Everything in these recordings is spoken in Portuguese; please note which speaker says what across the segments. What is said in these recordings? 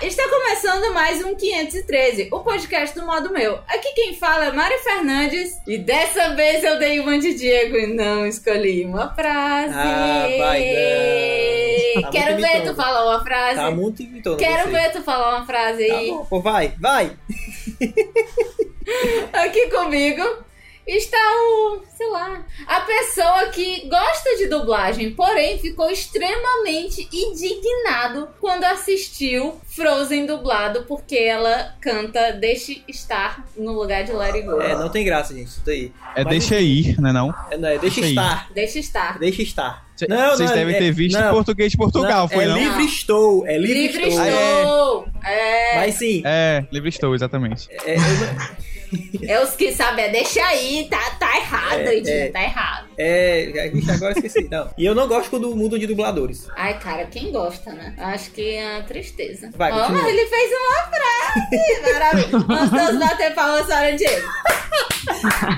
Speaker 1: Está começando mais um 513, o podcast do modo meu. Aqui quem fala é Mari Fernandes e dessa vez eu dei uma de Diego e não escolhi uma frase.
Speaker 2: Ah, vai dar. Tá
Speaker 1: Quero
Speaker 2: muito
Speaker 1: ver tu
Speaker 2: imitando.
Speaker 1: falar uma frase.
Speaker 2: Tá muito invitando.
Speaker 1: Quero
Speaker 2: você.
Speaker 1: ver tu falar uma frase
Speaker 2: Tá
Speaker 1: aí.
Speaker 2: bom, pô, vai, vai.
Speaker 1: Aqui comigo está o, sei lá, a pessoa que gosta de dublagem, porém ficou extremamente indignado quando assistiu Frozen dublado, porque ela canta Deixe Estar no lugar de Let It Go.
Speaker 2: É, não tem graça, gente, isso daí.
Speaker 3: É
Speaker 2: Mas
Speaker 3: deixa ir, né não?
Speaker 2: É, não, é
Speaker 3: Deixa
Speaker 2: deixa
Speaker 3: aí.
Speaker 2: estar,
Speaker 1: Deixa Estar.
Speaker 2: deixa estar.
Speaker 3: Cê-
Speaker 2: Não,
Speaker 3: Vocês
Speaker 2: não,
Speaker 3: devem
Speaker 2: é-
Speaker 3: ter visto
Speaker 2: não.
Speaker 3: em português de Portugal,
Speaker 2: é
Speaker 3: foi não?
Speaker 2: livre estou, é livre,
Speaker 1: Livre
Speaker 2: estou.
Speaker 1: estou! É,
Speaker 2: Mas sim,
Speaker 3: É, livre estou, exatamente.
Speaker 2: é, eu não-
Speaker 1: é os que sabem, é deixa aí, tá, tá errado,
Speaker 2: É,
Speaker 1: Edinho,
Speaker 2: é.
Speaker 1: tá errado.
Speaker 2: é, é, vixe, agora eu esqueci, não. E eu não gosto quando mudam de dubladores.
Speaker 1: Ai, cara, quem gosta, né? Acho que é uma tristeza.
Speaker 2: Vai,
Speaker 1: Ó,
Speaker 2: continua.
Speaker 1: mas ele fez uma frase! Maravilha! Vamos todos bater palmas para o Diego.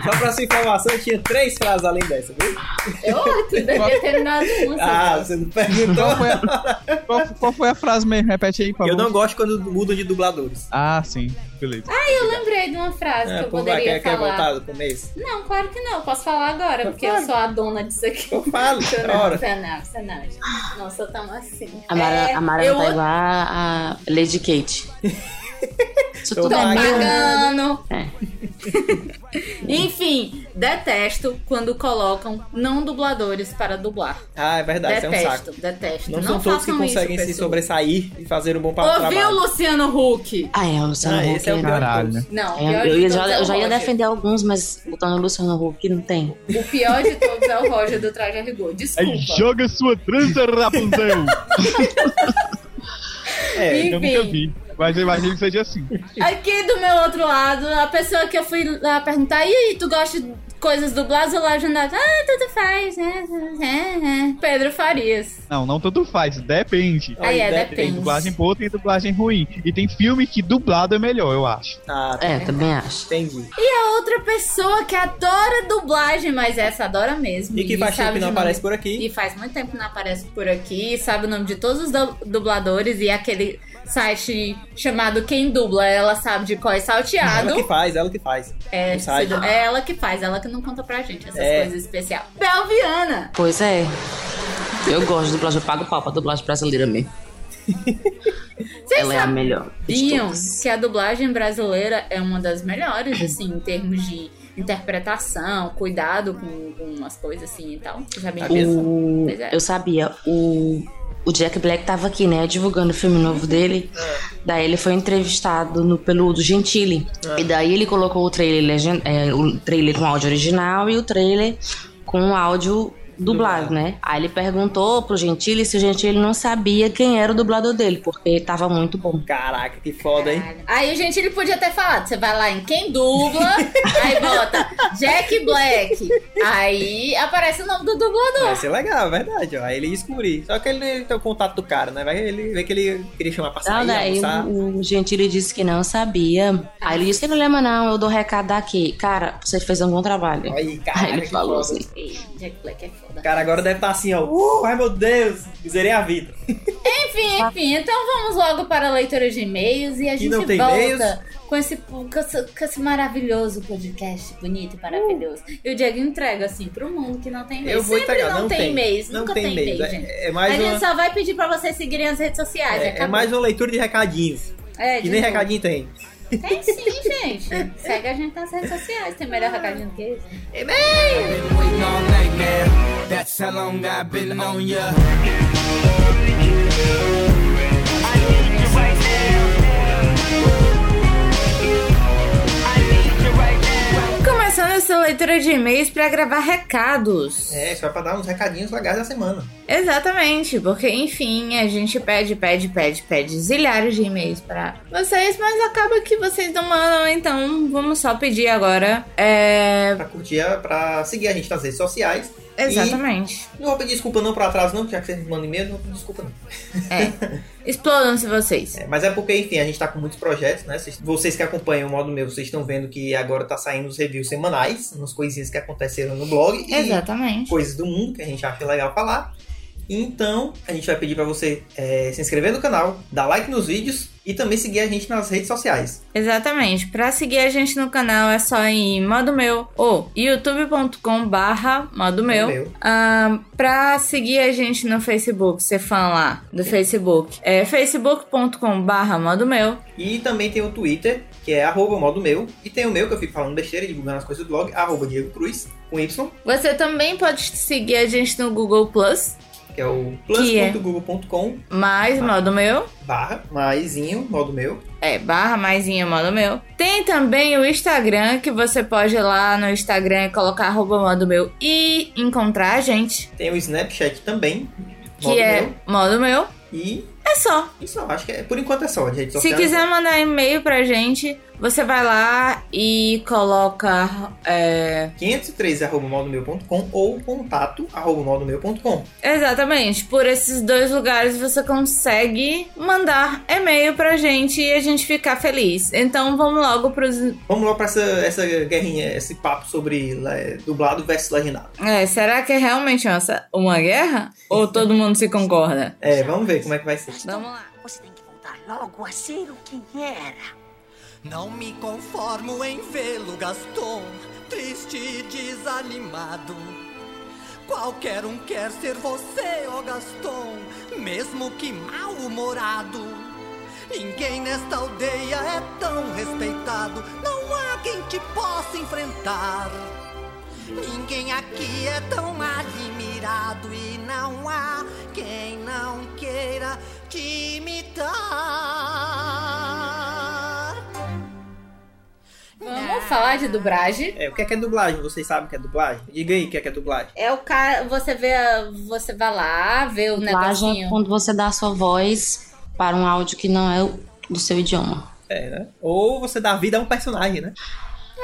Speaker 2: Só pra sua informação, eu tinha três frases além dessa, viu?
Speaker 1: Eu, tu devia terminar as músicas.
Speaker 2: Ah, você não perguntou?
Speaker 3: Então, Qual foi, a, qual- qual foi a frase mesmo? Repete aí, por favor.
Speaker 2: Eu não gosto quando mudam de dubladores. Ah,
Speaker 3: Ah, sim. Beleza.
Speaker 1: eu lembrei de uma frase que eu
Speaker 2: É, pô, vai,
Speaker 1: poderia
Speaker 2: quer, quer
Speaker 1: falar.
Speaker 2: voltar do começo?
Speaker 1: não, claro que não. Eu posso falar agora, porque eu sou a dona disso aqui.
Speaker 2: Eu falo,
Speaker 1: Não,
Speaker 2: chora.
Speaker 1: você não, você não. gente. Nossa, eu tamo assim.
Speaker 4: A Mara,
Speaker 1: É,
Speaker 4: a Mara
Speaker 1: eu
Speaker 4: tá igual a a Lady Kate. Isso
Speaker 1: Tô
Speaker 2: Tô
Speaker 4: tudo é meu.
Speaker 1: pagando.
Speaker 4: É.
Speaker 1: Enfim, detesto quando colocam não dubladores para dublar.
Speaker 2: Ah, é verdade, isso é um saco.
Speaker 1: detesto, detesto.
Speaker 2: Não,
Speaker 1: Não,
Speaker 2: são todos que
Speaker 1: façam isso,
Speaker 2: conseguem se
Speaker 1: pessoas.
Speaker 2: sobressair e fazer um bom pa-
Speaker 1: Ouviu,
Speaker 2: trabalho.
Speaker 1: Luciano Huck?
Speaker 4: Ah, é, o Luciano
Speaker 2: Ah,
Speaker 4: Huck.
Speaker 2: esse é o
Speaker 4: né?
Speaker 2: pior de
Speaker 3: Caralho.
Speaker 2: todos.
Speaker 1: Não, o
Speaker 4: É,
Speaker 1: pior
Speaker 4: eu,
Speaker 1: de
Speaker 4: ia-
Speaker 1: todos é
Speaker 4: já,
Speaker 1: o
Speaker 4: eu já ia
Speaker 1: Roger.
Speaker 4: defender alguns, mas botando o Luciano Huck não tem.
Speaker 1: O pior de todos é o Roger do Traje a Rigor. Desculpa.
Speaker 3: joga sua trança, Rapunzel!
Speaker 2: É,
Speaker 3: eu nunca vi. Mas eu imagino que seja assim.
Speaker 1: Aqui do meu outro lado, a pessoa que eu fui lá perguntar, e aí, tu gosta de coisas dubladas ou legendadas? Ah, tudo faz. né? É, é. Pedro Farias.
Speaker 3: Não, não tanto faz, depende.
Speaker 1: Aí é,
Speaker 2: deve-
Speaker 3: Tem
Speaker 1: depende.
Speaker 3: dublagem boa, tem dublagem ruim. E tem filme que dublado é melhor, eu acho.
Speaker 2: Ah,
Speaker 4: É, eu também acho.
Speaker 2: entendi.
Speaker 1: A outra pessoa que adora dublagem, mas essa adora mesmo.
Speaker 2: E que faz tempo
Speaker 1: sabe
Speaker 2: que não
Speaker 1: de nome-
Speaker 2: aparece por aqui.
Speaker 1: E faz muito tempo que não aparece por aqui, sabe o nome de todos os du- dubladores e aquele site chamado Quem Dubla, ela sabe de qual é
Speaker 2: Ela
Speaker 1: salteado.
Speaker 2: que faz, ela que faz.
Speaker 1: É,
Speaker 2: o site.
Speaker 1: se du- é ela que faz, ela que não conta pra gente essas
Speaker 2: É.
Speaker 1: coisas especiais. Belviana!
Speaker 4: Pois é. Eu gosto de dublagem, eu pago pau pra dublagem brasileira mesmo.
Speaker 1: Vocês
Speaker 4: Ela é a melhor. de
Speaker 1: sabiam
Speaker 4: todas.
Speaker 1: que a dublagem brasileira é uma das melhores, assim, em termos de interpretação, cuidado com, com as coisas assim e tal. Vocês sabiam
Speaker 2: Sabia.
Speaker 1: disso?
Speaker 4: O-
Speaker 1: Pois é.
Speaker 4: Eu sabia, o, o Jack Black tava aqui, né, divulgando o filme novo dele. Daí ele foi entrevistado no, pelo do Gentili. E daí ele colocou o trailer, legend, é, o trailer com áudio original e o trailer com áudio dublado, né? Aí ele perguntou pro Gentili se o Gentili não sabia quem era o dublador dele, porque tava muito bom.
Speaker 2: Caraca, que foda, hein?
Speaker 1: Caralho. Aí, gente, ele podia ter falado. Você vai lá em quem dubla, aí bota Jack Black. Aí aparece o nome do dublador.
Speaker 2: Vai ser legal, é verdade, ó. Aí ele ia descobrir. Só que ele, ele tem o contato do cara, né? Vai ele vê que ele queria chamar pra
Speaker 4: Não,
Speaker 2: sair,
Speaker 4: Então, daí
Speaker 2: almoçar.
Speaker 4: o, o Gentili disse que não sabia. Aí ele disse: Sem problema, não, eu dou recado daqui. Cara, você fez um bom trabalho.
Speaker 2: Aí,
Speaker 4: Aí
Speaker 2: caraca,
Speaker 4: ele
Speaker 2: que
Speaker 4: falou
Speaker 2: foda.
Speaker 4: assim.
Speaker 1: Ei, Jack Black é foda.
Speaker 2: O cara agora deve estar assim, ó. Uh, ai meu Deus, zerei a vida.
Speaker 1: Enfim, enfim, então vamos logo para a leitura de e-mails e a gente
Speaker 2: não tem
Speaker 1: volta
Speaker 2: e-mails?
Speaker 1: com esse, com, esse, com esse maravilhoso podcast, bonito e maravilhoso. E o Diego entrega assim pro mundo que não tem e-mails.
Speaker 2: Uh. Eu vou
Speaker 1: Sempre
Speaker 2: entregar,
Speaker 1: não, tem e-mails,
Speaker 2: Não
Speaker 1: nunca
Speaker 2: tem
Speaker 1: e-mail,
Speaker 2: e-mails.
Speaker 1: gente.
Speaker 2: É, é
Speaker 1: a
Speaker 2: mais
Speaker 1: gente
Speaker 2: uma,
Speaker 1: só vai pedir pra vocês seguirem as redes sociais.
Speaker 2: é, é
Speaker 1: acabou.
Speaker 2: mais uma leitura de recadinhos.
Speaker 1: É,
Speaker 2: E nem
Speaker 1: de novo.
Speaker 2: recadinho tem.
Speaker 1: Tem sim, gente. Segue a gente nas redes sociais. Tem melhor recadinho do que isso.
Speaker 5: waiting all night, man. That's how long I've been on ya.
Speaker 1: Começando essa leitura de e-mails para gravar recados.
Speaker 2: É, só pra dar uns recadinhos legais da semana.
Speaker 1: Exatamente, porque enfim, a gente pede, pede, pede, pede zilhares de e-mails pra vocês, mas acaba que vocês não mandam, então vamos só pedir agora. É.
Speaker 2: Pra curtir, pra seguir a gente nas redes sociais.
Speaker 1: Exatamente.
Speaker 2: Não vou pedir desculpa não pro atraso, não, já que vocês mandam e-mail, não vou pedir desculpa não.
Speaker 1: Explodam-se vocês.
Speaker 2: É, mas é porque, enfim, a gente tá com muitos projetos, né? Vocês, vocês que acompanham o modo meu, vocês estão vendo que agora tá saindo os reviews semanais, umas coisinhas que aconteceram no blog e
Speaker 1: Exatamente.
Speaker 2: coisas do mundo que a gente acha legal falar. Então, a gente vai pedir pra você é, se inscrever no canal, dar like nos vídeos e também seguir a gente nas redes sociais.
Speaker 6: Exatamente. Pra seguir a gente no canal é só em modo meu ou youtube.com barra modo meu.
Speaker 2: Meu.
Speaker 6: Ah, pra seguir a gente no Facebook, ser fã lá do Facebook, é facebook.com barra modo meu.
Speaker 2: E também tem o Twitter, que é arroba modo meu. E tem o meu, que eu fico falando besteira, divulgando as coisas do blog, arroba Diego Cruz, com Y,
Speaker 6: Você também pode seguir a gente no Google Plus,
Speaker 2: que é o
Speaker 6: Que é?
Speaker 2: plus.google.com
Speaker 6: mais modo meu.
Speaker 2: barra maisinho, modo meu.
Speaker 6: É, barra maisinha, modo meu. Tem também o Instagram, que você pode ir lá no Instagram e colocar arroba modo meu e encontrar a gente,
Speaker 2: Tem o Snapchat também,
Speaker 6: que é
Speaker 2: meu.
Speaker 6: modo meu.
Speaker 2: E
Speaker 6: É só.
Speaker 2: isso, eu acho que é, por enquanto é só. De rede
Speaker 6: Se
Speaker 2: social.
Speaker 6: quiser mandar e-mail pra gente, você vai lá e coloca. é,
Speaker 2: 503 arroba maldomeu.com ou contato arroba maldomeu.com.
Speaker 6: Exatamente. Por esses dois lugares você consegue mandar e-mail pra gente e a gente ficar feliz. Então vamos logo pros.
Speaker 2: Vamos lá pra essa, essa guerrinha, esse papo sobre é, dublado versus legendado.
Speaker 6: É, será que é realmente uma, uma guerra? Ou todo mundo se concorda?
Speaker 2: É, vamos ver como é que vai ser.
Speaker 6: Vamos lá.
Speaker 7: Você tem que voltar logo a ser o que era.
Speaker 5: Não me conformo em vê-lo, Gaston, triste e desanimado. Qualquer um quer ser você, ó Gaston, mesmo que mal-humorado. Ninguém nesta aldeia é tão respeitado, não há quem te possa enfrentar. Ninguém aqui é tão admirado e não há quem não queira te imitar.
Speaker 1: Vamos falar de dublagem.
Speaker 2: É, o que é que é dublagem? Vocês sabem o que é dublagem? Diga aí o que é que é dublagem.
Speaker 1: É o cara. Você vê. a- Você vai lá, vê o
Speaker 4: Dublagem
Speaker 1: um
Speaker 4: é
Speaker 1: negocinho.
Speaker 4: quando você dá a sua voz para um áudio que não é o- do seu idioma.
Speaker 2: É, né? Ou você dá vida a um personagem, né?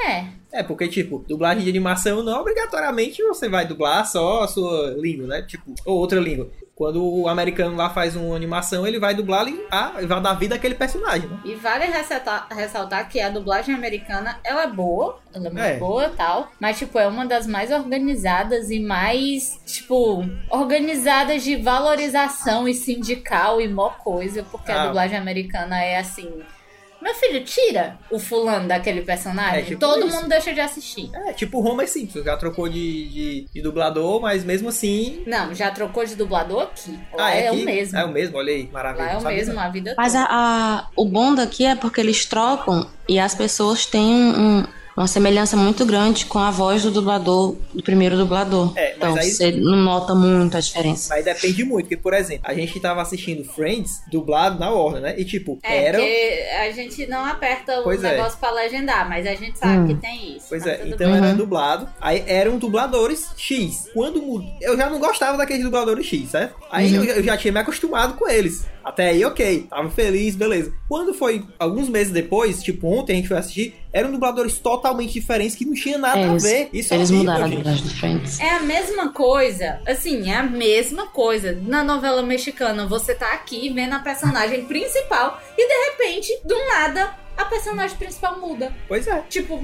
Speaker 1: É.
Speaker 2: É, porque, tipo, dublagem de animação não obrigatoriamente você vai dublar só a sua língua, né? Tipo, ou outra língua. Quando o americano lá faz uma animação, ele vai dublar ali, ah, vai dar vida àquele personagem, né?
Speaker 1: E vale ressaltar, ressaltar que a dublagem americana, ela é boa, ela é muito
Speaker 2: É.
Speaker 1: boa e tal, mas, tipo, é uma das mais organizadas e mais, tipo, organizadas de valorização e sindical e mó coisa, porque
Speaker 2: Ah.
Speaker 1: a dublagem americana é assim... Meu filho, tira o fulano daquele personagem.
Speaker 2: É, tipo
Speaker 1: Todo
Speaker 2: isso.
Speaker 1: mundo deixa de assistir.
Speaker 2: É, tipo o Homer Simpson, já trocou de, de, de dublador, mas mesmo assim...
Speaker 1: Não, já trocou de dublador aqui. Lá
Speaker 2: ah,
Speaker 1: é,
Speaker 2: que-
Speaker 1: o mesmo.
Speaker 2: É o mesmo, olha aí, maravilha.
Speaker 1: Lá é
Speaker 2: não
Speaker 1: o
Speaker 2: sabia
Speaker 1: mesmo, a vida
Speaker 4: Mas
Speaker 1: toda.
Speaker 4: a, a- o bom daqui é porque eles trocam e as pessoas têm um- um- uma semelhança muito grande com a voz do dublador, do primeiro dublador.
Speaker 2: É, mas
Speaker 4: então
Speaker 2: aí-
Speaker 4: você não nota muito a diferença.
Speaker 2: Mas depende muito, porque, por exemplo, a gente tava assistindo Friends dublado na Warner, né? E tipo,
Speaker 1: É,
Speaker 2: era.
Speaker 1: porque a gente não aperta o
Speaker 2: Pois é.
Speaker 1: negócio pra legendar, mas a gente sabe
Speaker 4: Hum.
Speaker 1: que tem isso.
Speaker 2: Pois
Speaker 1: mas
Speaker 2: é,
Speaker 1: Ah, tá tudo
Speaker 2: então
Speaker 1: bem.
Speaker 2: era
Speaker 4: Uhum.
Speaker 2: dublado, aí eram dubladores X. Quando mudou. Eu já não gostava daqueles dubladores X, certo? Aí
Speaker 4: Uhum.
Speaker 2: eu, já- eu já tinha me acostumado com eles. Até aí, ok. Tava feliz, beleza. Quando foi alguns meses depois, tipo ontem a gente foi assistir, eram dubladores totalmente diferentes que não tinha nada
Speaker 4: É,
Speaker 2: a
Speaker 4: eles-
Speaker 2: ver. Isso é
Speaker 4: Eles
Speaker 2: horrível,
Speaker 4: mudaram a
Speaker 2: gente.
Speaker 4: dublagem do Friends.
Speaker 1: É a mesma coisa, assim, é a mesma coisa. Na novela mexicana, você tá aqui vendo a personagem principal e de repente, do nada, a personagem principal muda.
Speaker 2: Pois é,
Speaker 1: Tipo,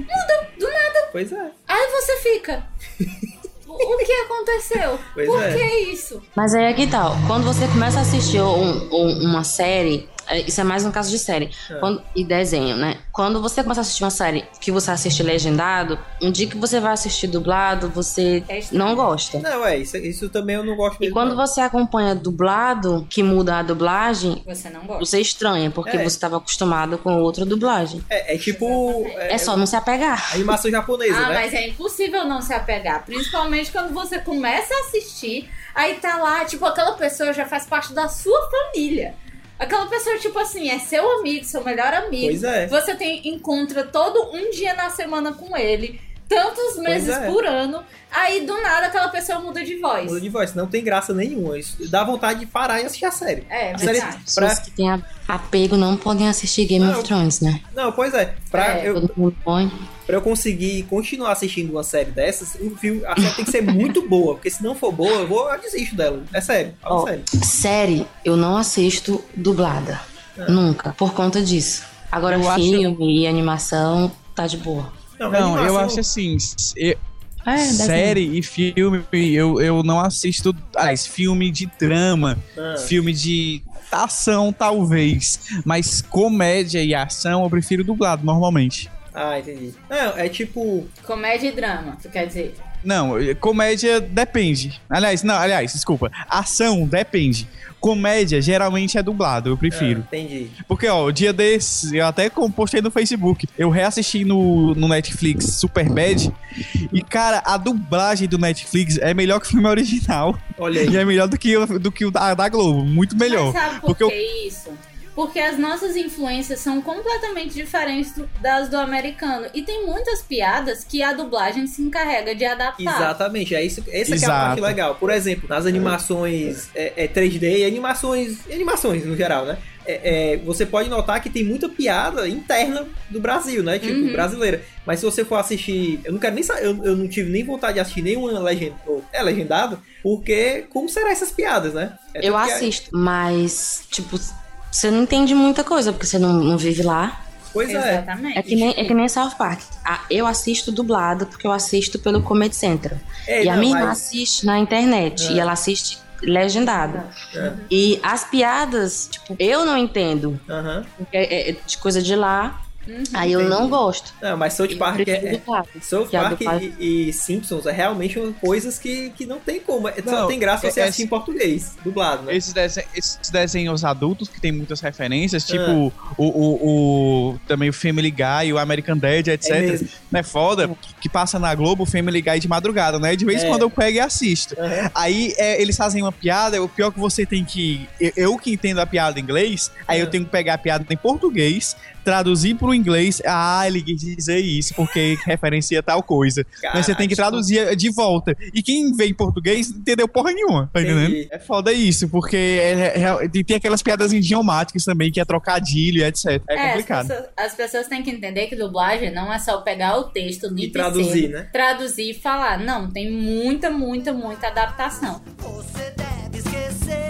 Speaker 2: pois é,
Speaker 1: aí você fica. O que aconteceu?
Speaker 2: pois
Speaker 1: Por
Speaker 2: é.
Speaker 1: que isso?
Speaker 4: Mas aí é que tal, quando você começa a assistir um- um- uma série, é, isso é mais um caso de série
Speaker 2: É.
Speaker 4: quando- e desenho, né? Quando você começa a assistir uma série que você assiste legendado, um dia que você vai assistir dublado, você
Speaker 1: É estranho.
Speaker 4: não gosta.
Speaker 2: Não, é, isso, isso também eu não gosto
Speaker 4: E
Speaker 2: mesmo.
Speaker 4: quando
Speaker 2: não.
Speaker 4: você acompanha dublado, que muda a dublagem,
Speaker 1: Você não gosta.
Speaker 4: você estranha, porque
Speaker 2: É.
Speaker 4: você estava acostumado com outra dublagem.
Speaker 2: É, é tipo. É,
Speaker 4: É só não se apegar.
Speaker 2: Animação japonesa,
Speaker 1: Ah,
Speaker 2: né?
Speaker 1: mas é impossível não se apegar. Principalmente quando você começa a assistir, aí tá lá, tipo, aquela pessoa já faz parte da sua família. Aquela pessoa, tipo assim, é seu amigo, seu melhor amigo.
Speaker 2: Pois é.
Speaker 1: Você tem, encontra todo um dia na semana com ele, tantos meses
Speaker 2: é.
Speaker 1: por ano. Aí do nada aquela pessoa muda de voz.
Speaker 2: Muda de voz, não tem graça nenhuma. Isso dá vontade de parar e assistir a série.
Speaker 1: É,
Speaker 2: A
Speaker 1: verdade.
Speaker 2: série- pra-
Speaker 4: Pessoas que têm a- apego não podem assistir Game
Speaker 2: Não.
Speaker 4: of Thrones, né?
Speaker 2: Não, pois é. Pra,
Speaker 1: É.
Speaker 2: Eu,
Speaker 4: Todo mundo põe.
Speaker 2: pra eu conseguir continuar assistindo uma série dessas, o filme, a série tem que ser muito boa. Porque se não for boa, eu, vou, eu desisto dela. É sério. Fala
Speaker 4: Ó.
Speaker 2: sério.
Speaker 4: Série, eu não assisto dublada.
Speaker 2: É.
Speaker 4: Nunca. Por conta disso. Agora,
Speaker 3: Eu acho-
Speaker 4: filme e animação, tá de boa.
Speaker 3: Não, eu
Speaker 2: é animação-
Speaker 3: acho assim. s- Eu,
Speaker 4: É, deve-
Speaker 8: série e filme, eu, eu não assisto. Ah, esse filme de drama,
Speaker 2: Ah.
Speaker 8: filme de ação, talvez. Mas comédia e ação eu prefiro dublado normalmente.
Speaker 2: Ah, entendi. Não, é tipo.
Speaker 1: Comédia e drama, tu quer dizer?
Speaker 8: Não, eh, comédia depende. Aliás, não, aliás, desculpa. Ação depende. Comédia geralmente é dublado, eu prefiro.
Speaker 2: Ah, entendi.
Speaker 8: Porque, ó, o dia desses, eu até com- postei no Facebook. Eu reassisti no, no Netflix Superbad. E, cara, a dublagem do Netflix é melhor que o filme original.
Speaker 2: Olha aí.
Speaker 8: E é melhor do que, o- do que o da, da Globo. Muito melhor.
Speaker 1: Mas sabe por
Speaker 8: porque eu-
Speaker 1: que isso? Porque as nossas influências são completamente diferentes do- das do americano. E tem muitas piadas que a dublagem se encarrega de
Speaker 4: Tá.
Speaker 1: adaptar.
Speaker 2: Exatamente, é isso. Essa que é a
Speaker 8: Exato.
Speaker 2: parte legal. Por exemplo, nas animações é, é 3D, e animações, e animações no geral, né? É, é, você pode notar que tem muita piada interna do Brasil, né? Tipo,
Speaker 1: Uhum.
Speaker 2: brasileira. Mas se você for assistir, eu não quero nem sa- eu, eu não tive nem vontade de assistir nenhuma legenda, ou é legendado, porque como serão essas piadas, né? É
Speaker 4: Eu
Speaker 2: tudo que é-
Speaker 4: assisto, mas, tipo, você não entende muita coisa, porque você não, não vive lá.
Speaker 2: Pois é.
Speaker 1: Exatamente.
Speaker 4: É que nem, é que nem South Park. Ah, eu assisto dublado, porque eu assisto pelo Comedy Central.
Speaker 2: É,
Speaker 4: e a
Speaker 2: não,
Speaker 4: minha irmã
Speaker 2: mas-
Speaker 4: assiste na internet. E ela assiste legendada.
Speaker 2: É.
Speaker 4: E as piadas, tipo, eu não entendo.
Speaker 2: Aham.
Speaker 4: Porque é, é de coisa de lá.
Speaker 1: Uhum.
Speaker 4: aí eu não
Speaker 2: Entendi.
Speaker 4: gosto.
Speaker 2: Não, mas South
Speaker 4: Eu
Speaker 2: Park é,
Speaker 4: prefiro
Speaker 2: é-
Speaker 4: dublado.
Speaker 2: South
Speaker 4: Que a
Speaker 2: Park
Speaker 4: dublagem-
Speaker 2: e, e Simpsons é realmente uma- coisas que, que não tem como. É- Só
Speaker 8: Não,
Speaker 2: tem graça
Speaker 8: é-
Speaker 2: você
Speaker 8: é-
Speaker 2: assistir em português, dublado, né?
Speaker 8: Esses, desen- esses desenhos adultos que tem muitas referências,
Speaker 2: É.
Speaker 8: tipo o, o, o- também o Family Guy, o American Dad, etc.
Speaker 2: É mesmo.
Speaker 8: não é foda? Que passa na Globo o Family Guy de madrugada, né? De vez em
Speaker 2: É.
Speaker 8: quando eu pego e assisto.
Speaker 2: Aham.
Speaker 8: Aí é, eles fazem uma piada, o pior que você tem que. eu- Eu que entendo a piada em inglês, aí
Speaker 2: É.
Speaker 8: eu tenho que pegar a piada em português, traduzir pro inglês. Ah, ele quis dizer isso, porque referencia tal coisa.
Speaker 2: Cara,
Speaker 8: Mas você tem que traduzir de volta. E quem vê em português não entendeu porra nenhuma, tá
Speaker 2: Entendi.
Speaker 8: entendendo? É foda isso, porque é- é- é- tem- tem aquelas piadas idiomáticas também, que é trocadilho e etc. É,
Speaker 1: É, As
Speaker 8: complicado.
Speaker 1: pessoas, as pessoas têm que entender que dublagem não é só pegar o texto
Speaker 2: E
Speaker 1: de
Speaker 2: traduzir, né?
Speaker 1: traduzir e falar. Não, tem muita, muita, muita adaptação.
Speaker 5: Você deve esquecer.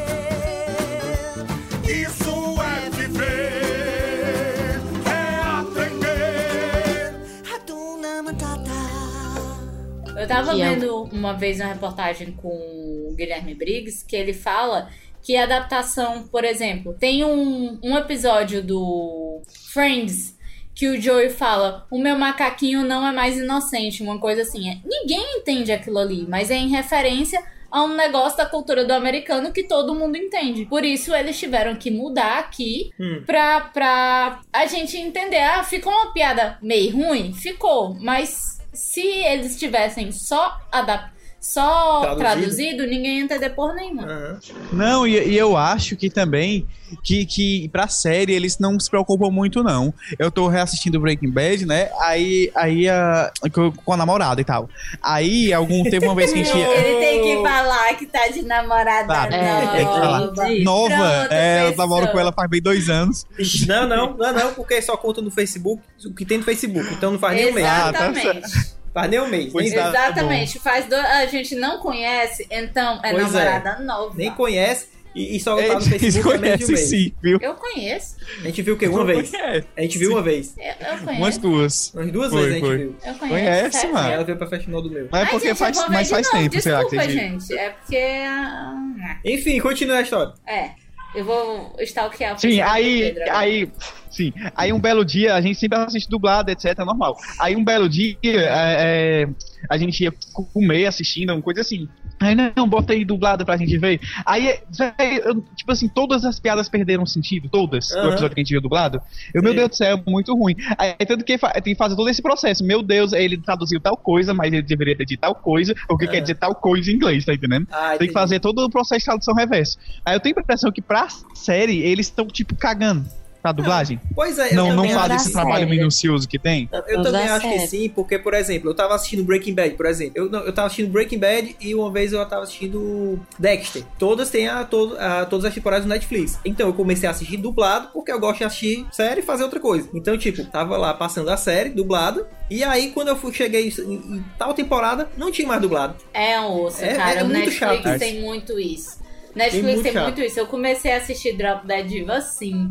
Speaker 5: Isso é viver, é aprender. Hatuna Matata.
Speaker 1: Eu tava
Speaker 4: Que é-
Speaker 1: vendo uma vez uma reportagem com o Guilherme Briggs que ele fala que a adaptação, por exemplo, tem um, um episódio do Friends que o Joey fala: O meu macaquinho não é mais inocente, uma coisa assim. É, Ninguém entende aquilo ali, mas é em referência a um negócio da cultura do americano que todo mundo entende. Por isso eles tiveram que mudar aqui
Speaker 2: Hum.
Speaker 1: pra, pra a gente entender. Ah, ficou uma piada meio ruim? Ficou, mas se eles tivessem só adap só traduzido.
Speaker 2: Traduzido. Ah,
Speaker 1: ninguém ia entender por nenhuma.
Speaker 2: Aham.
Speaker 8: Não, e, e eu acho que também que, que pra série eles não se preocupam muito, não. Eu tô reassistindo Breaking Bad, né? Aí, aí a- com- com a namorada e tal. Aí, algum teve uma vez que a gente. é
Speaker 1: Ele tem que falar que tá de namorada
Speaker 8: Tá,
Speaker 1: nova.
Speaker 4: tem que falar.
Speaker 8: Nova,
Speaker 1: Pronto,
Speaker 8: é, eu
Speaker 1: pensou.
Speaker 8: namoro com ela faz bem dois anos.
Speaker 2: Ixi, Não, não, não, não, porque só conta no Facebook o que tem no Facebook. Então não faz nem um mês.
Speaker 8: Exato.
Speaker 1: Exatamente.
Speaker 2: Faz nem um mês.
Speaker 8: Pois
Speaker 2: Nem,
Speaker 8: é. tá
Speaker 1: Exatamente. Faz do... A gente não conhece, então é
Speaker 2: Pois é.
Speaker 1: namorada nova.
Speaker 2: nem conhece e, e só tá no
Speaker 8: Eles
Speaker 2: Facebook há menos de um
Speaker 8: conhecem
Speaker 2: mês.
Speaker 8: É, sim, viu?
Speaker 1: Eu conheço.
Speaker 2: A gente viu o quê? Uma vez.
Speaker 8: Conhece.
Speaker 2: A gente viu uma vez.
Speaker 1: Eu, eu
Speaker 8: Umas
Speaker 1: conheço.
Speaker 8: duas.
Speaker 2: Umas duas
Speaker 8: Foi,
Speaker 2: vezes a
Speaker 8: foi. Ah.
Speaker 2: gente viu.
Speaker 1: Eu conheço.
Speaker 8: Conhece,
Speaker 1: certo?
Speaker 2: E
Speaker 8: mano.
Speaker 2: ela veio pra festa final do meu.
Speaker 8: Mas
Speaker 1: Ai,
Speaker 8: porque
Speaker 1: gente, eu
Speaker 8: faz,
Speaker 1: vou ver
Speaker 8: mas
Speaker 1: de
Speaker 8: faz
Speaker 1: novo.
Speaker 8: tempo, sei lá, que
Speaker 1: Desculpa,
Speaker 8: tem gente.
Speaker 1: gente. É porque. ah,
Speaker 2: Enfim, continua a história.
Speaker 1: É. Eu vou stalkear o
Speaker 8: Sim,
Speaker 1: Facebook do
Speaker 8: aí,
Speaker 1: Pedro né? agora.
Speaker 8: aí, sim, aí um belo dia, a gente sempre assiste dublado, etc, é normal. Aí um belo dia, é, é, a gente ia comer assistindo, uma coisa assim. Aí, não, bota aí dublado pra gente ver. Aí, é, véi, eu, tipo assim, todas as piadas perderam um sentido, todas, do
Speaker 2: Aham.
Speaker 8: episódio que a gente viu dublado. Eu, meu
Speaker 2: Sim.
Speaker 8: Deus do céu, é muito ruim. Aí, tanto que fa- tem que fazer todo esse processo. Meu Deus, ele traduziu tal coisa, mas ele deveria ter dito tal coisa, o que
Speaker 2: É.
Speaker 8: quer dizer tal coisa em inglês, tá entendendo?
Speaker 2: Ah,
Speaker 8: Tem
Speaker 2: entendi.
Speaker 8: que fazer todo o processo de tradução reverso. Aí eu tenho a impressão que pra série eles estão, tipo, cagando pra dublagem.
Speaker 2: Pois é, eu
Speaker 8: Não, não
Speaker 2: também
Speaker 8: fazem
Speaker 4: da
Speaker 8: esse
Speaker 4: série.
Speaker 8: trabalho minucioso que tem.
Speaker 2: Eu
Speaker 4: Mas
Speaker 2: também
Speaker 4: Então dá
Speaker 2: acho que
Speaker 4: certo.
Speaker 2: sim, porque, por exemplo, eu tava assistindo Breaking Bad, por exemplo. Eu, não, eu tava assistindo Breaking Bad e uma vez eu tava assistindo Dexter. Todas têm a, todo, a- todas as temporadas do Netflix. Então eu comecei a assistir dublado, porque eu gosto de assistir série e fazer outra coisa. Então, tipo, tava lá passando a série, dublada. E aí, quando eu fui, cheguei em, em tal temporada, não tinha mais dublado.
Speaker 1: É um osso,
Speaker 2: É-
Speaker 1: cara.
Speaker 2: é
Speaker 1: o
Speaker 2: muito
Speaker 1: Netflix
Speaker 2: chato
Speaker 1: tem muito isso. Netflix tem,
Speaker 2: muito
Speaker 1: muito,
Speaker 2: chato.
Speaker 1: isso. Eu comecei a assistir Drop Dead Diva assim.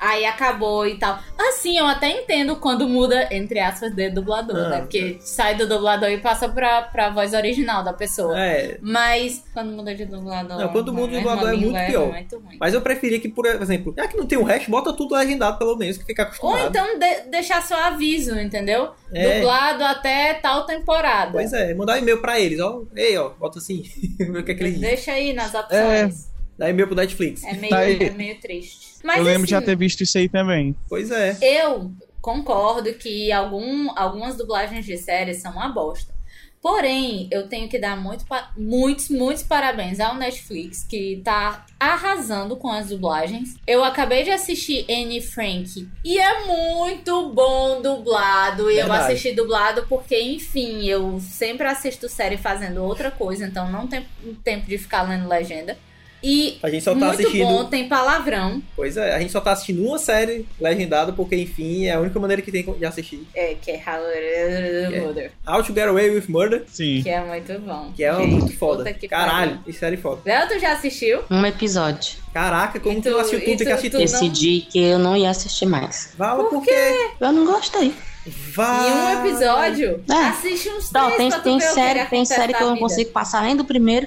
Speaker 1: aí acabou e tal. Assim, eu até entendo quando muda, entre aspas, de dublador,
Speaker 2: Ah.
Speaker 1: né? Porque sai do dublador e passa pra, pra voz original da pessoa.
Speaker 2: É.
Speaker 1: Mas quando muda de dublador.
Speaker 2: Não, quando muda de
Speaker 1: mesma
Speaker 2: dublador é muito
Speaker 1: língua,
Speaker 2: pior.
Speaker 1: muito ruim.
Speaker 2: Mas eu preferia que, por exemplo, já que não tem o resto, bota tudo legendado, pelo menos, que fica
Speaker 1: Ou
Speaker 2: acostumado.
Speaker 1: então de- deixar só aviso, entendeu?
Speaker 2: É.
Speaker 1: Dublado até tal temporada.
Speaker 2: Pois é, mandar um e-mail pra eles, ó. Ei, ó, bota assim. Vê o que é que eles dizem.
Speaker 1: Deixa aí nas opções.
Speaker 2: Dá e-mail pro Netflix.
Speaker 1: É, meio,
Speaker 8: Tá aí.
Speaker 1: é meio triste. Mas
Speaker 8: eu lembro
Speaker 1: assim,
Speaker 8: de já ter visto isso aí também.
Speaker 2: Pois é.
Speaker 1: Eu concordo que algum, algumas dublagens de séries são uma bosta. Porém, eu tenho que dar muito, pa- muitos, muitos parabéns ao Netflix, que tá arrasando com as dublagens. Eu acabei de assistir Anne Frank e é muito bom dublado. E eu
Speaker 2: Verdade.
Speaker 1: assisti dublado porque, enfim, eu sempre assisto série fazendo outra coisa, então não tem tempo de ficar lendo legenda. E
Speaker 2: A gente só tá
Speaker 1: muito
Speaker 2: assistindo.
Speaker 1: bom, tem palavrão.
Speaker 2: Pois é, a gente só tá assistindo uma série legendada, porque enfim, é a única maneira que tem de assistir.
Speaker 1: É, que é Halloween.
Speaker 2: How to Get Away with Murder,
Speaker 8: Sim.
Speaker 1: Que é muito bom.
Speaker 2: que é
Speaker 1: Gente,
Speaker 2: muito foda.
Speaker 1: puta que
Speaker 2: Caralho,
Speaker 1: pariu.
Speaker 2: que série foda.
Speaker 1: Léo, tu já assistiu?
Speaker 4: Um episódio.
Speaker 2: Caraca, como
Speaker 1: E
Speaker 2: tu,
Speaker 1: tu-
Speaker 2: assistiu tudo,
Speaker 1: e
Speaker 2: tem que
Speaker 1: tu-
Speaker 2: assistir
Speaker 1: tu-
Speaker 2: tudo.
Speaker 4: Decidi que eu não ia assistir mais.
Speaker 2: Vala porque.
Speaker 4: Eu não gostei.
Speaker 2: Vai.
Speaker 1: Em um episódio,
Speaker 4: É.
Speaker 1: assiste uns
Speaker 4: Não,
Speaker 1: três
Speaker 4: tem,
Speaker 1: pra tu
Speaker 4: tem
Speaker 1: ver o que
Speaker 4: série,
Speaker 1: ele
Speaker 4: tem série que eu
Speaker 1: acontece na
Speaker 4: não
Speaker 1: vida.
Speaker 4: consigo passar nem do primeiro.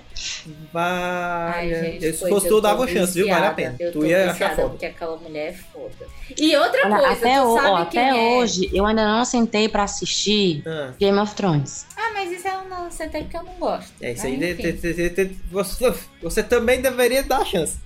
Speaker 2: Vai. é,
Speaker 1: Ai, gente,
Speaker 2: Se
Speaker 1: pois
Speaker 2: fosse
Speaker 1: eu
Speaker 2: tu,
Speaker 1: tô
Speaker 2: dava uma chance, viu? Vale a
Speaker 1: viciada.
Speaker 2: pena.
Speaker 1: Eu
Speaker 2: Tu
Speaker 1: tô
Speaker 2: ia
Speaker 1: viciada
Speaker 2: achar foda.
Speaker 1: Porque aquela mulher é foda. E outra
Speaker 4: Olha,
Speaker 1: coisa,
Speaker 4: até,
Speaker 1: tu
Speaker 4: o-
Speaker 1: sabe
Speaker 4: ó,
Speaker 1: quem
Speaker 4: até
Speaker 1: é.
Speaker 4: hoje eu ainda não sentei pra assistir
Speaker 2: Ah,
Speaker 4: Game of Thrones.
Speaker 1: Ah, mas isso eu não sei até porque eu não gosto.
Speaker 2: é isso
Speaker 1: Mas
Speaker 2: aí. de-
Speaker 1: enfim.
Speaker 2: te- te- te- te- Você você também deveria dar a chance.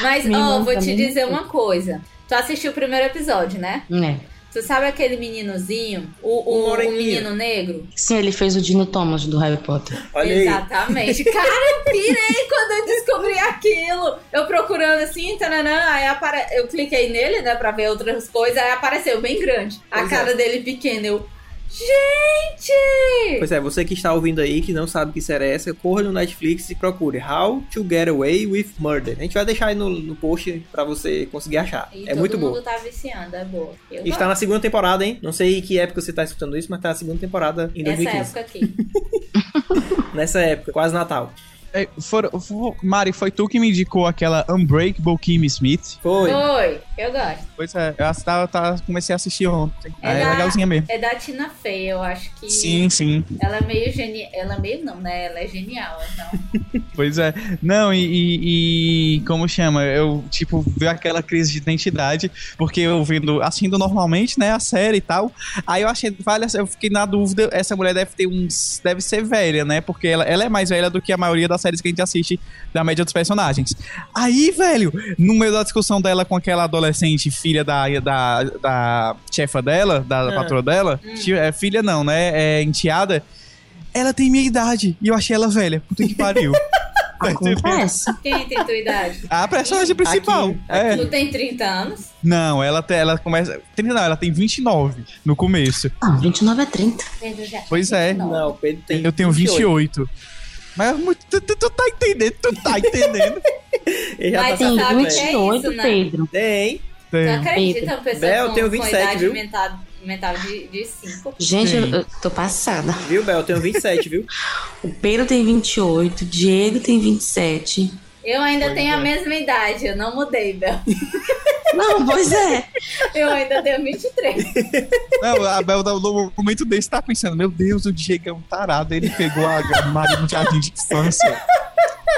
Speaker 1: Mas,
Speaker 4: Minha
Speaker 1: ó,
Speaker 4: irmã
Speaker 1: vou te
Speaker 4: também não
Speaker 1: dizer
Speaker 4: sei.
Speaker 1: uma coisa. Tu assistiu o primeiro episódio, né?
Speaker 4: Né?
Speaker 1: Tu sabe aquele meninozinho? O,
Speaker 2: O
Speaker 1: o, o
Speaker 2: moreninho.
Speaker 1: menino negro?
Speaker 4: Sim, ele fez o Dino Thomas do Harry Potter.
Speaker 2: Olha aí.
Speaker 1: Exatamente. Cara, eu pirei quando eu descobri aquilo. Eu procurando assim, tananã, aí apare... eu cliquei nele, né, pra ver outras coisas, aí apareceu bem grande. A
Speaker 2: Pois é.
Speaker 1: cara dele pequena, eu... Gente!
Speaker 2: Pois é, você que está ouvindo aí, que não sabe que série é essa, corra no Netflix e procure How to Get Away with Murder. A gente vai deixar aí no, no post pra você conseguir achar.
Speaker 1: E
Speaker 2: é muito
Speaker 1: todo
Speaker 2: bom.
Speaker 1: mundo tá viciando, é boa. Eu
Speaker 2: E Está na segunda temporada, hein? Não sei que época você tá escutando isso, mas tá na segunda temporada em
Speaker 1: gosto. Nessa
Speaker 2: 2015.
Speaker 1: época aqui.
Speaker 2: Nessa época, quase Natal.
Speaker 8: É, for- for- Mari, foi tu que me indicou aquela Unbreakable Kim Smith?
Speaker 2: Foi.
Speaker 1: Oi, eu gosto.
Speaker 8: Pois é, eu ass- tava- tava- comecei a assistir ontem.
Speaker 1: É
Speaker 8: É,
Speaker 1: da-
Speaker 8: legalzinha mesmo.
Speaker 1: É da Tina Fey, eu acho que
Speaker 8: Sim, sim.
Speaker 1: ela é meio genial. Ela é meio não, né? Ela é genial, então.
Speaker 8: Pois é. Não, e, e- e como chama? Eu, tipo, deu aquela crise de identidade, porque eu vendo, assistindo normalmente, né, a série e tal. Aí eu achei, vale, eu fiquei na dúvida, essa mulher deve ter uns. Deve ser velha, né? Porque ela, ela é mais velha do que a maioria das séries que a gente assiste da média dos personagens. Aí, velho, no meio da discussão dela com aquela adolescente, filha da, da, da chefa dela, da
Speaker 2: Ah.
Speaker 8: patroa dela, tia- é, filha não, né? É enteada. Ela tem minha idade e eu achei ela velha. Puta que pariu.
Speaker 4: Acontece.
Speaker 1: Quem tem tua idade?
Speaker 8: A personagem principal.
Speaker 2: Aqui,
Speaker 8: é.
Speaker 1: Tu tem 30 anos?
Speaker 8: Não, ela, te- ela começa. 30 não, ela tem 29 no começo.
Speaker 4: Não, 29 é 30.
Speaker 1: Pedro já.
Speaker 8: Pois é.
Speaker 2: Não, o Pedro tem.
Speaker 8: eu tenho 28. Mas é muito- tu, tu- tu tá entendendo, tu tá entendendo.
Speaker 2: Ele já
Speaker 1: Mas
Speaker 2: tá
Speaker 4: Tem
Speaker 1: sabe
Speaker 2: sabendo.
Speaker 1: que é
Speaker 4: 28,
Speaker 1: isso, né?
Speaker 4: Pedro.
Speaker 2: Tem.
Speaker 1: Tu
Speaker 8: Tem.
Speaker 1: acredita uma pessoa
Speaker 2: É. Bel,
Speaker 1: com,
Speaker 2: tenho
Speaker 1: com
Speaker 2: 27,
Speaker 1: idade
Speaker 2: viu?
Speaker 1: mental, mental de, de 5?
Speaker 4: Gente,
Speaker 8: Sim.
Speaker 4: eu, eu tô passada.
Speaker 2: Viu, Bel? Eu tenho 27, viu?
Speaker 4: O Pedro tem 28, o Diego tem 27.
Speaker 1: Eu ainda
Speaker 2: Pois
Speaker 1: tenho
Speaker 2: é.
Speaker 1: a mesma idade, eu não mudei, Bel.
Speaker 4: Não, pois é.
Speaker 1: Eu ainda tenho 23.
Speaker 8: Não, a Bel, no- no momento desse, tá pensando: Meu Deus, o Diego é um tarado. Ele pegou a, a Maria no jardim de infância.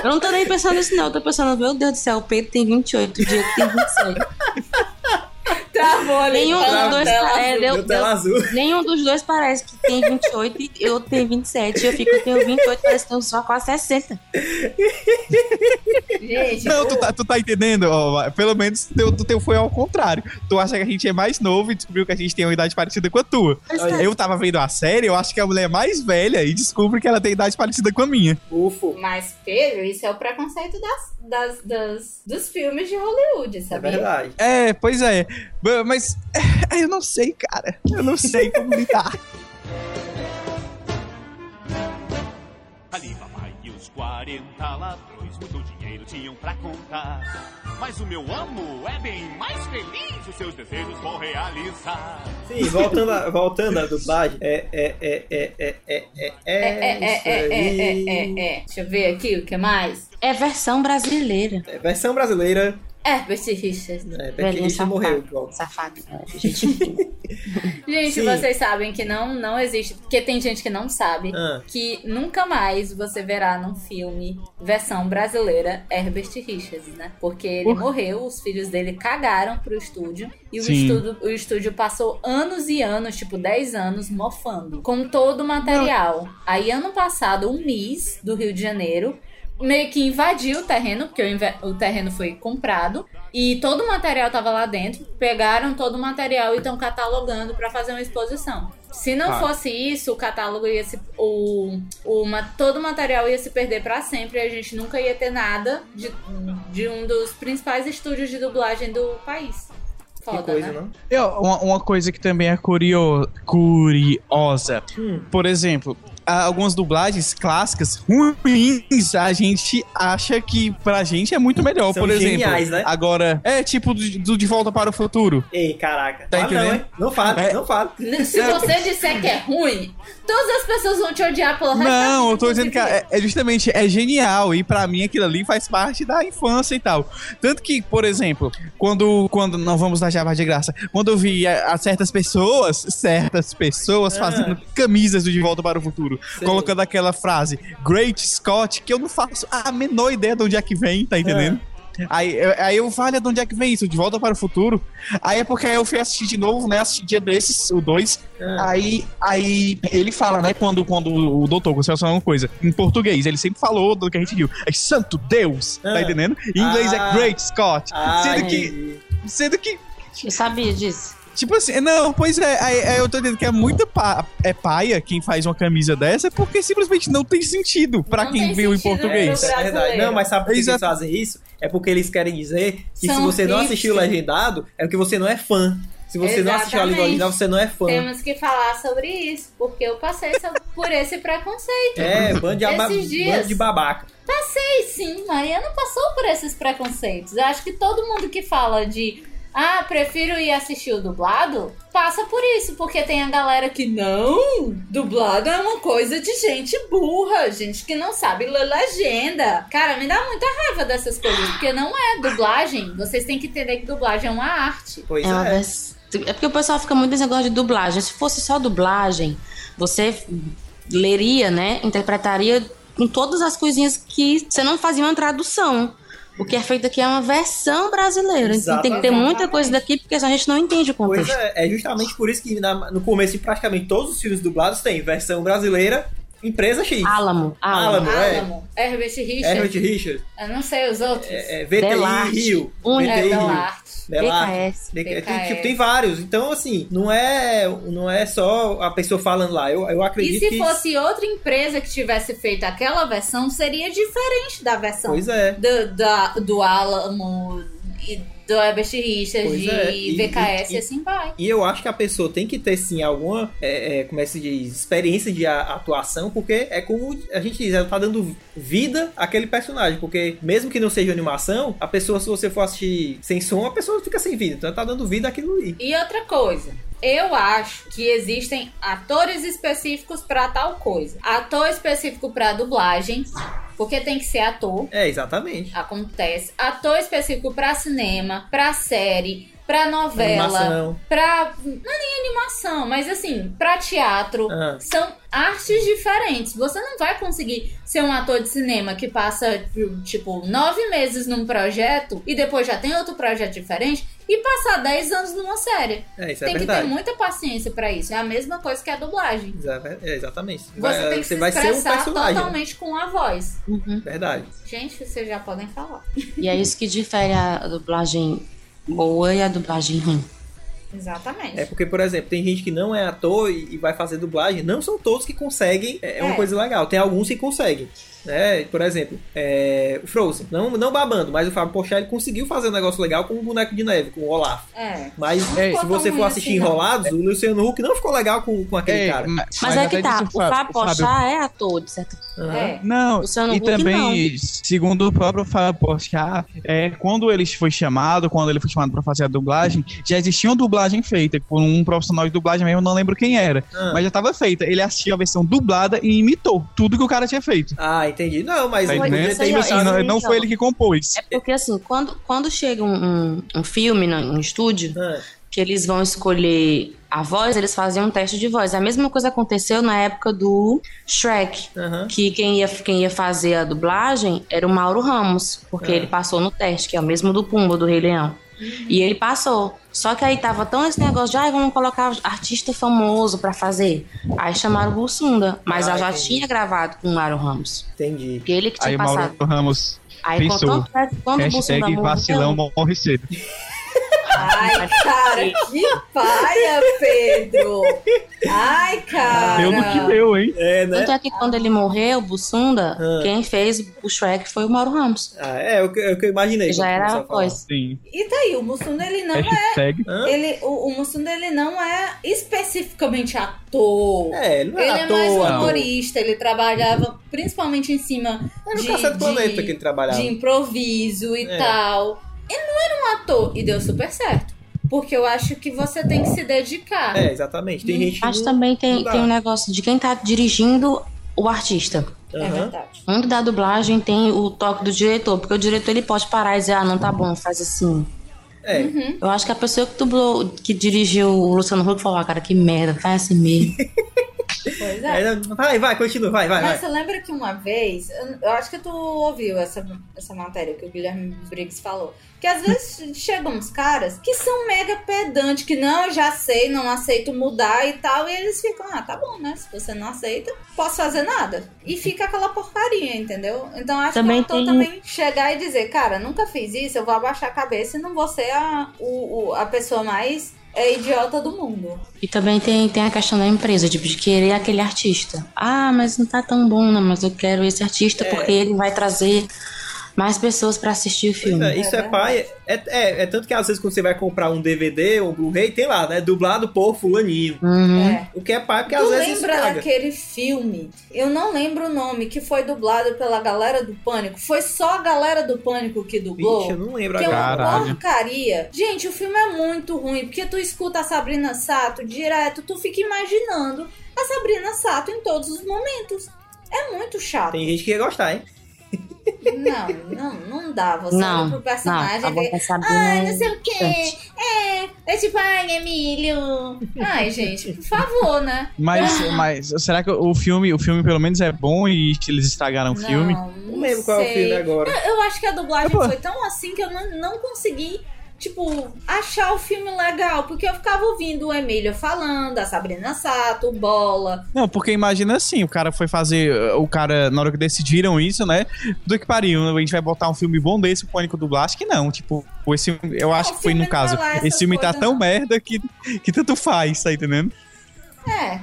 Speaker 4: Eu não tô nem pensando nisso, não. Eu tô pensando, meu Deus do céu, o Pedro tem 28, o Diego tem 27.
Speaker 1: Travou ali.
Speaker 4: Nenhum
Speaker 1: tá
Speaker 4: dos
Speaker 1: na
Speaker 4: dois.
Speaker 1: tela
Speaker 4: é,
Speaker 1: azul.
Speaker 4: deu-
Speaker 2: Meu tela azul.
Speaker 4: deu- nenhum dos dois parece que tem 28 e eu tenho 27. Eu fico, eu tenho 28, parece que eu tenho só quase 60.
Speaker 1: Gente,
Speaker 8: Não, tu
Speaker 1: pô,
Speaker 8: tá, tu tá entendendo? Ó, pelo menos teu, do teu foi ao contrário. Tu acha que a gente é mais novo e descobriu que a gente tem uma idade parecida com a tua. Eu tava vendo a série, eu acho que a mulher é mais velha e descubro que ela tem idade parecida com a minha.
Speaker 2: Ufo.
Speaker 1: mas Pedro, isso é o preconceito das, das, das- dos filmes de Hollywood,
Speaker 2: É
Speaker 1: sabe?
Speaker 2: verdade.
Speaker 8: É, pois é. B- Mas eu não sei, cara. Eu não sei como lidar.
Speaker 9: Ali papai e os 40 ladrões muito dinheiro tinham pra contar. Mas o meu amo é bem mais feliz, os seus desejos vou realizar.
Speaker 2: Sim, voltando à voltando à dublagem. É, é, é, é, é, é, é,
Speaker 1: É, é, é,
Speaker 2: isso
Speaker 1: é, é,
Speaker 2: aí.
Speaker 1: é, é, é. Deixa eu ver aqui o que mais.
Speaker 4: É versão brasileira.
Speaker 2: É, Versão brasileira
Speaker 1: Herbert Richards.
Speaker 2: É,
Speaker 4: Velhinha
Speaker 2: Becky
Speaker 4: safada.
Speaker 2: morreu. Pronto.
Speaker 4: Safado. Gente, fina.
Speaker 1: Gente,
Speaker 2: Sim.
Speaker 1: vocês sabem que não, não existe, porque tem gente que não sabe,
Speaker 2: Ah.
Speaker 1: que nunca mais você verá num filme versão brasileira Herbert Richards, né? Porque ele morreu, os filhos dele cagaram pro estúdio e o
Speaker 3: Sim.
Speaker 1: estúdio, o estúdio passou anos e anos, tipo 10 anos, mofando com todo o material. Aí ano passado, o MIS do Rio de Janeiro meio que invadiu o terreno, porque o inve- o terreno foi comprado. E todo o material tava lá dentro. Pegaram todo o material e estão catalogando para fazer uma exposição. Se não
Speaker 2: Ah.
Speaker 1: fosse isso, o catálogo ia se. O, o, ma- todo o material ia se perder para sempre. A gente nunca ia ter nada de, de um dos principais estúdios de dublagem do país. Foda,
Speaker 2: Que coisa,
Speaker 1: né?
Speaker 2: não?
Speaker 8: Eu- uma, uma coisa que também é curio- curiosa.
Speaker 2: Hum.
Speaker 8: Por exemplo, há algumas dublagens clássicas ruins, a gente acha que pra gente é muito melhor.
Speaker 2: São
Speaker 8: por exemplo,
Speaker 2: geniais, né?
Speaker 8: agora é tipo do, do De Volta para o Futuro.
Speaker 2: Ei, caraca.
Speaker 8: Tá
Speaker 2: Fala não,
Speaker 8: entendendo?
Speaker 2: hein? Não fala,
Speaker 8: É.
Speaker 2: não fala.
Speaker 1: N- Se você disser que é ruim, todas as pessoas vão te odiar pelo resto da
Speaker 8: Não,
Speaker 1: vida
Speaker 8: eu tô
Speaker 1: que
Speaker 8: dizendo
Speaker 1: você
Speaker 8: que é, é justamente é genial e pra mim aquilo ali faz parte da infância e tal. Tanto que, por exemplo, quando quando não vamos dar jabá de graça, quando eu vi a, a certas pessoas, certas pessoas
Speaker 2: Ah.
Speaker 8: fazendo camisas do de volta para o futuro,
Speaker 2: Sei.
Speaker 8: colocando aquela frase Great Scott, que eu não faço a menor ideia de onde é que vem, tá entendendo? Aí, eu- aí eu falei, de onde é que vem isso? De volta para o futuro. Aí é porque aí eu fui assistir de novo, né? Assisti dia desses, o 2.
Speaker 2: Ah.
Speaker 8: Aí, aí ele fala, né? Quando, quando o doutor conseguiu falar uma coisa, em português, ele sempre falou do que a gente viu. É santo Deus,
Speaker 2: Ah.
Speaker 8: tá entendendo? Em inglês
Speaker 2: Ah.
Speaker 8: é Great Scott.
Speaker 2: Ah,
Speaker 8: sendo, que,
Speaker 2: entendi.
Speaker 8: sendo que,
Speaker 4: Eu sabia disso.
Speaker 8: tipo assim, não, pois é, aí, aí eu tô entendendo que é muita pa- é paia quem faz uma camisa dessa, porque simplesmente não tem sentido pra
Speaker 1: Não
Speaker 8: quem
Speaker 1: tem
Speaker 8: viu em
Speaker 1: sentido
Speaker 8: português.
Speaker 1: pro
Speaker 2: É verdade. Não, mas sabe por que eles
Speaker 8: Exato.
Speaker 2: fazem isso? É porque eles querem dizer que se
Speaker 1: São
Speaker 2: você não assistiu
Speaker 1: hipster.
Speaker 2: legendado, é porque você não é fã. Se você não assistiu a língua
Speaker 1: Exatamente.
Speaker 2: original, você não é fã.
Speaker 1: Temos que falar sobre isso, porque eu passei so- por esse preconceito.
Speaker 2: É, bando de, aba-
Speaker 1: Esses dias.
Speaker 2: bando de babaca.
Speaker 1: Sei sim, Mariana passou por esses preconceitos. Eu acho que todo mundo que fala de ah, prefiro ir assistir o dublado, passa por isso, porque tem a galera que não, dublado é uma coisa de gente burra, gente que não sabe ler legenda. Cara, me dá muita raiva dessas coisas, porque não é dublagem. Vocês têm que entender que dublagem é uma arte.
Speaker 2: Pois
Speaker 4: É, uma
Speaker 2: é.
Speaker 4: vers- é porque o pessoal fica muito nesse negócio de dublagem. Se fosse só dublagem, você leria, né? Interpretaria com todas as coisinhas que você não fazia uma tradução. O que é feito aqui é uma versão brasileira. Então tem que ter
Speaker 1: Exatamente.
Speaker 4: muita coisa daqui, porque senão a gente não entende o
Speaker 2: Pois
Speaker 4: contexto.
Speaker 2: é, é justamente por isso que na- no começo de praticamente todos os filmes dublados tem versão brasileira, empresa X.
Speaker 4: Álamo, Álamo.
Speaker 2: Álamo, é.
Speaker 1: Álamo, Herbert
Speaker 2: Herbert
Speaker 1: Richard,
Speaker 2: Richard,
Speaker 1: eu não sei os outros.
Speaker 2: é, é, VTI
Speaker 4: Belarte,
Speaker 2: Rio,
Speaker 4: Uni-
Speaker 1: É,
Speaker 2: VTI
Speaker 1: Bela
Speaker 2: Rio,
Speaker 1: Arte.
Speaker 2: Belarte.
Speaker 4: PKS.
Speaker 2: De-
Speaker 1: PKS.
Speaker 2: Tem, tipo, tem vários. Então, assim, não é, não é só a pessoa falando lá. Eu, eu
Speaker 1: E
Speaker 2: acredito
Speaker 1: se
Speaker 2: que.
Speaker 1: fosse outra empresa que tivesse feito aquela versão, seria diferente da versão
Speaker 2: Pois é.
Speaker 1: do, da- do Alamo e do Herbert Richards
Speaker 2: Pois
Speaker 1: de
Speaker 2: é, e-
Speaker 1: VKS
Speaker 2: e-
Speaker 1: e, assim vai.
Speaker 2: E eu acho que a pessoa tem que ter, sim, alguma, é, é, como é que se diz, experiência de a- atuação, porque é como a gente diz, ela tá dando vida àquele personagem. Porque, mesmo que não seja animação, a pessoa, se você for assistir sem som, a pessoa fica sem vida. Então, ela tá dando vida àquilo ali.
Speaker 1: E outra coisa. Eu acho que existem atores específicos pra tal coisa. Ator específico pra dublagem, porque tem que ser ator.
Speaker 2: É, exatamente.
Speaker 1: Acontece. Ator específico pra cinema, pra série, pra novela,
Speaker 2: Animação.
Speaker 1: pra. Não é nem animação, mas assim, pra teatro.
Speaker 2: Ah,
Speaker 1: São artes diferentes. Você não vai conseguir ser um ator de cinema que passa, tipo, nove meses num projeto e depois já tem outro projeto diferente e passar dez anos numa série.
Speaker 2: é, isso é
Speaker 1: tem que ter
Speaker 2: verdade.
Speaker 1: muita paciência pra isso. É a mesma coisa que a dublagem.
Speaker 2: É, exatamente.
Speaker 1: Você
Speaker 2: Vai-
Speaker 1: tem que
Speaker 2: você
Speaker 1: se
Speaker 2: vai ser um
Speaker 1: expressar
Speaker 2: personagem. né?
Speaker 1: totalmente com a voz.
Speaker 2: Verdade.
Speaker 1: Gente, vocês já podem falar.
Speaker 4: E é isso que difere a dublagem boa e a dublagem ruim.
Speaker 1: Exatamente.
Speaker 2: É porque, por exemplo, tem gente que não é ator e e vai fazer dublagem. Não são todos que conseguem. É é uma
Speaker 1: É.
Speaker 2: coisa legal. Tem alguns que conseguem. Né? Por exemplo, é, o Frozen. Não, não babando, mas o Fábio Pochá ele conseguiu fazer um negócio legal com o boneco de neve, com o Olaf.
Speaker 1: É.
Speaker 2: Mas
Speaker 1: Não
Speaker 2: se
Speaker 1: ficou
Speaker 2: você
Speaker 1: tão ruim
Speaker 2: for assistir
Speaker 1: assim, não.
Speaker 2: Enrolados, o Luciano Huck não ficou legal com, com aquele
Speaker 8: Ei,
Speaker 2: cara.
Speaker 4: Mas, é que
Speaker 8: até
Speaker 4: tá,
Speaker 8: disse
Speaker 4: o
Speaker 8: Fábio-
Speaker 4: Fábio Pochá é ator, de certa
Speaker 2: Aham.
Speaker 1: É.
Speaker 8: Não,
Speaker 4: Luciano
Speaker 8: e
Speaker 4: Huck,
Speaker 8: também, segundo o próprio Fábio Porchat, é, quando ele foi chamado, quando ele foi chamado pra fazer a dublagem, já existiam dubladores dublagem feita, por um profissional de dublagem mesmo, não lembro quem era.
Speaker 2: Ah.
Speaker 8: Mas já tava feita. Ele assistiu a versão dublada e imitou tudo que o cara tinha feito.
Speaker 2: Ah, entendi. Não, mas
Speaker 8: Tá
Speaker 4: Mas
Speaker 8: entendendo?
Speaker 4: isso aí,
Speaker 8: Tipo
Speaker 4: ó,
Speaker 8: assim,
Speaker 4: isso
Speaker 8: não,
Speaker 4: aí,
Speaker 8: não
Speaker 4: então.
Speaker 8: foi ele que compôs.
Speaker 4: É porque assim, quando, quando chega um, um, um filme no, no estúdio,
Speaker 2: Ah,
Speaker 4: que eles vão escolher a voz, eles fazem um teste de voz. A mesma coisa aconteceu na época do Shrek,
Speaker 2: Aham.
Speaker 4: que quem ia, quem ia fazer a dublagem era o Mauro Ramos, porque
Speaker 2: Ah.
Speaker 4: ele passou no teste, que é o mesmo do Pumba, do Rei Leão.
Speaker 2: Uhum.
Speaker 4: E ele passou. Só que aí tava tão esse negócio de, ai, vamos colocar artista famoso pra fazer. Aí chamaram o Bussunda, mas
Speaker 2: Ah,
Speaker 4: eu já
Speaker 2: entendi.
Speaker 4: tinha gravado com o Mauro Ramos.
Speaker 2: entendi.
Speaker 4: Porque ele que tinha
Speaker 8: Aí o
Speaker 4: passado.
Speaker 8: Mauro Ramos
Speaker 4: Aí quando-
Speaker 8: pensou,
Speaker 4: quando, o Bussunda
Speaker 8: hashtag
Speaker 4: morreu-
Speaker 8: vacilão morre cedo.
Speaker 1: Ai, cara, que paia, Pedro! Ai, cara!
Speaker 8: Deu no que deu, hein?
Speaker 2: É, né?
Speaker 4: Tanto é que quando ele morreu, o Bussunda,
Speaker 2: Ah.
Speaker 4: quem fez o Shrek foi o Mauro Ramos.
Speaker 2: Ah, é, é o que, é o que eu imaginei.
Speaker 4: que já
Speaker 2: quando
Speaker 4: era
Speaker 2: começou
Speaker 4: a
Speaker 2: a falar.
Speaker 4: voz.
Speaker 8: Sim.
Speaker 1: E daí, o Mussunda, ele não é.
Speaker 8: Hashtag.
Speaker 2: Hã?
Speaker 1: Ele, o, o Mussunda, ele não é especificamente ator.
Speaker 2: É, ele não
Speaker 1: Ele
Speaker 2: era
Speaker 1: é
Speaker 2: à toa.
Speaker 1: mais
Speaker 2: não.
Speaker 1: humorista, ele trabalhava principalmente em cima
Speaker 2: Era no
Speaker 1: de-
Speaker 2: Cacete Planeta
Speaker 1: de-
Speaker 2: que ele trabalhava.
Speaker 1: de improviso e
Speaker 2: É.
Speaker 1: tal. Ele não era um ator e deu super certo. Porque eu acho que você tem que se dedicar.
Speaker 2: É, exatamente.
Speaker 1: Hum,
Speaker 2: Tem gente
Speaker 4: Mas também tem,
Speaker 2: não dá.
Speaker 4: tem um negócio de quem tá dirigindo o artista.
Speaker 1: É
Speaker 2: Aham.
Speaker 1: verdade.
Speaker 4: Mundo da dublagem tem o toque do diretor, porque o diretor ele pode parar e dizer, ah, não tá bom, faz assim.
Speaker 2: É.
Speaker 1: Uhum.
Speaker 4: Eu acho que a pessoa que dublou, que dirigiu o Luciano Huck falou, ah, cara, que merda, faz assim mesmo.
Speaker 1: Pois é.
Speaker 2: É, Vai, vai, continua, vai, vai,
Speaker 1: Mas
Speaker 2: vai.
Speaker 1: você lembra que uma vez, eu- eu acho que tu ouviu essa, essa matéria que o Guilherme Briggs falou, que às vezes chegam uns caras que são mega pedantes, que não, eu já sei, não aceito mudar e tal, e eles ficam, ah, tá bom, né? Se você não aceita, posso fazer nada. E fica aquela porcaria, entendeu? Então acho
Speaker 4: Também
Speaker 1: que eu tô
Speaker 4: tem-
Speaker 1: também chegar e dizer, cara, nunca fiz isso, eu vou abaixar a cabeça e não vou ser a, o, o- a pessoa mais é, idiota do mundo.
Speaker 4: E também tem, tem a questão da empresa, tipo, de querer aquele artista. Ah, mas não tá tão bom, não, mas eu quero esse artista porque ele vai trazer mais pessoas pra assistir o filme.
Speaker 2: É, Isso é, pai. É, é, é tanto que às vezes quando você vai comprar um DVD ou um Blu-ray, tem lá, né? Dublado por fulaninho.
Speaker 4: Uhum.
Speaker 1: É.
Speaker 2: O que é pai, porque às
Speaker 1: Tu
Speaker 2: vezes isso
Speaker 1: lembra
Speaker 2: caga.
Speaker 1: daquele filme? Eu não lembro o nome, que foi dublado pela galera do Pânico. Foi só a galera do Pânico que dublou.
Speaker 2: Vixe, eu não lembro
Speaker 1: que é
Speaker 2: agora.
Speaker 1: uma
Speaker 8: Caralho.
Speaker 1: porcaria. Gente, o filme é muito ruim, porque tu escuta a Sabrina Sato direto, tu fica imaginando a Sabrina Sato em todos os momentos. É muito chato.
Speaker 2: Tem gente que ia gostar, hein?
Speaker 1: Não, não, não dá. Você
Speaker 4: Não,
Speaker 1: olha pro
Speaker 4: Não,
Speaker 1: personagem
Speaker 4: a
Speaker 1: e vê.
Speaker 4: boca Sabrina
Speaker 1: Ai,
Speaker 4: é
Speaker 1: não sei o quê.
Speaker 4: importante.
Speaker 1: É, é tipo, ai, Emílio. Ai, gente, por favor, né?
Speaker 8: Mas, mas será que o filme, o filme pelo menos é bom e que eles
Speaker 2: Um
Speaker 8: estragaram o filme?
Speaker 1: Não, não
Speaker 2: Não lembro qual é o
Speaker 1: sei.
Speaker 2: filme agora.
Speaker 1: Eu acho que a dublagem
Speaker 8: Pô.
Speaker 1: foi tão assim que eu não, não consegui, tipo, achar o filme legal. Porque eu ficava ouvindo o Emílio falando, a Sabrina Sato, o Bola.
Speaker 8: Não, porque imagina assim, o cara foi fazer. uh, O cara, na hora que decidiram isso, né? Do que pariu, a gente vai botar um filme bom desse, o Pânico dublar? Acho que não. Tipo, esse, eu acho
Speaker 1: É, o
Speaker 8: que foi
Speaker 1: filme
Speaker 8: no
Speaker 1: não
Speaker 8: caso.
Speaker 1: vai lá essas
Speaker 8: Esse filme tá
Speaker 1: coisas,
Speaker 8: tão
Speaker 1: não.
Speaker 8: merda que, que tanto faz, tá entendendo?
Speaker 1: É, né?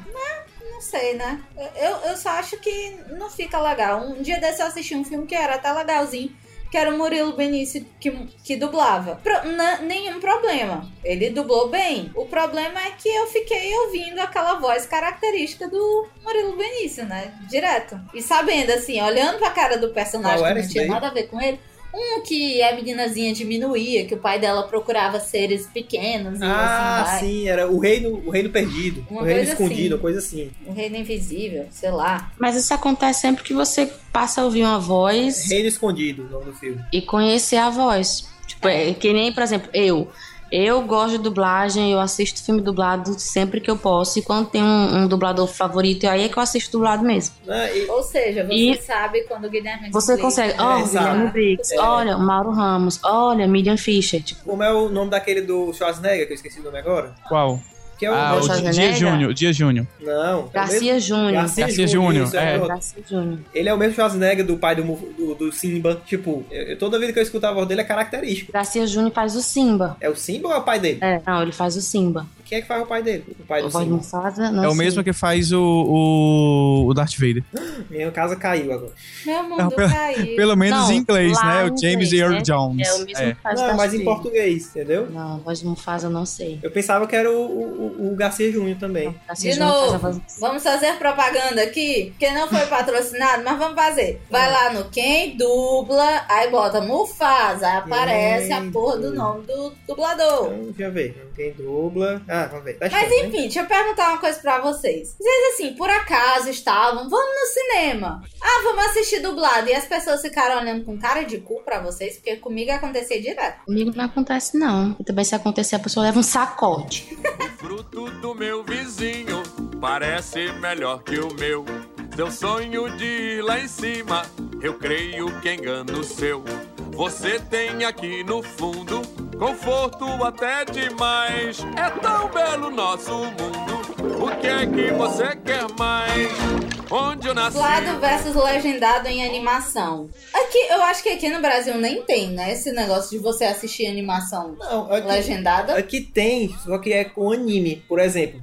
Speaker 1: Não sei, né? Eu, eu só acho que não fica legal. Um dia desse eu assisti um filme que era até legalzinho. Que era o Murilo Benício que, que dublava. Pro- na- nenhum problema. Ele dublou bem. O problema é que eu fiquei ouvindo aquela voz característica do Murilo Benício, né? Direto. E sabendo, assim, olhando pra cara do personagem
Speaker 2: Qual
Speaker 1: que
Speaker 2: era
Speaker 1: não
Speaker 2: esse
Speaker 1: tinha
Speaker 2: daí?
Speaker 1: nada a ver com ele. Um que a meninazinha diminuía, que o pai dela procurava seres pequenos. E assim,
Speaker 2: Ah,
Speaker 1: vai.
Speaker 2: sim, era o reino, o reino perdido,
Speaker 1: Uma
Speaker 2: o reino
Speaker 1: coisa
Speaker 2: escondido,
Speaker 1: assim.
Speaker 2: uma coisa assim.
Speaker 1: O reino invisível, sei lá.
Speaker 4: Mas isso acontece sempre que você passa a ouvir uma voz
Speaker 2: Reino escondido, o nome do filme.
Speaker 4: e conhecer a voz. Tipo, é que nem, por exemplo, eu. Eu gosto de dublagem, eu assisto filme dublado sempre que eu posso. E quando tem um, um dublador favorito, aí é que eu assisto dublado mesmo.
Speaker 2: Né? E-
Speaker 1: Ou seja, você
Speaker 4: E-
Speaker 1: sabe quando o Guilherme
Speaker 4: Você
Speaker 1: Briggs
Speaker 4: consegue. Ó,
Speaker 2: É,
Speaker 4: o
Speaker 2: exato.
Speaker 4: Guilherme Briggs,
Speaker 2: É.
Speaker 4: olha, o Mauro Ramos, olha, Miriam Fischer. Tipo,
Speaker 2: como é o nome daquele do Schwarzenegger que eu esqueci o nome agora?
Speaker 8: Qual?
Speaker 2: Que é o
Speaker 8: Ah,
Speaker 4: Rocha
Speaker 8: o Dia
Speaker 4: Negra?
Speaker 8: Júnior, Dia Júnior.
Speaker 2: não, é o mesmo-
Speaker 4: Garcia Júnior.
Speaker 2: Garcia,
Speaker 8: Garcia
Speaker 2: Júnior,
Speaker 8: Júnior,
Speaker 2: é.
Speaker 8: é.
Speaker 4: Garcia Júnior.
Speaker 2: Ele é o mesmo Schwarzenegger do pai do, Mu- do, do Simba. Tipo, eu- eu- toda vida que eu escutava a voz dele é característico.
Speaker 4: Garcia Júnior faz o Simba.
Speaker 2: É o Simba ou é o pai dele?
Speaker 4: É, não, ele faz o Simba.
Speaker 2: Quem é que faz o pai dele? O pai do
Speaker 4: O voz
Speaker 2: Simba.
Speaker 4: Mufasa, não
Speaker 8: é o
Speaker 4: sei.
Speaker 8: mesmo que faz o, o, o Darth Vader.
Speaker 2: Minha casa caiu agora.
Speaker 1: Meu mundo tá
Speaker 8: Não, pelo-
Speaker 1: caiu.
Speaker 8: Pelo menos
Speaker 4: Não,
Speaker 8: em inglês,
Speaker 4: lá
Speaker 8: né? O
Speaker 4: em
Speaker 8: James
Speaker 4: inglês,
Speaker 8: Earl
Speaker 4: né?
Speaker 8: Jones.
Speaker 4: É o mesmo
Speaker 8: É.
Speaker 4: que faz
Speaker 2: Não,
Speaker 4: Darth
Speaker 2: mas em
Speaker 4: Vader.
Speaker 2: português, entendeu?
Speaker 4: Não, a voz do Mufasa, eu não sei.
Speaker 2: Eu pensava que era o, o, o Garcia Júnior também.
Speaker 4: Tá
Speaker 1: De
Speaker 4: seja uma
Speaker 1: novo.
Speaker 4: casa vazia.
Speaker 1: Vamos fazer propaganda aqui, que não foi patrocinado, mas vamos fazer. Vai lá no quem dubla, aí bota Mufasa, aí aparece a porra do nome do dublador.
Speaker 2: Então, deixa eu ver. Quem dubla. Ah, vamos ver. Tá
Speaker 1: Mas
Speaker 2: chegando, né?
Speaker 1: enfim, deixa eu perguntar uma coisa pra vocês. Vocês assim, por acaso estavam, vamos no cinema. Ah, vamos assistir dublado. E as pessoas ficaram olhando com cara de cu pra vocês, porque comigo acontecia direto.
Speaker 4: Comigo não acontece, não. E também se acontecer, a pessoa leva um sacode.
Speaker 9: Fruto do meu vizinho parece melhor que o meu. Seu sonho de ir lá em cima, eu creio que é engano seu. Você tem aqui no fundo conforto até demais. É tão belo nosso mundo. O que é que você quer mais? Onde eu nasci?
Speaker 1: Dublado versus legendado em animação. Aqui, eu acho que aqui no Brasil nem tem, né? Esse negócio de você assistir animação
Speaker 2: Não, aqui,
Speaker 1: legendada.
Speaker 2: aqui tem, só que é com anime, por exemplo.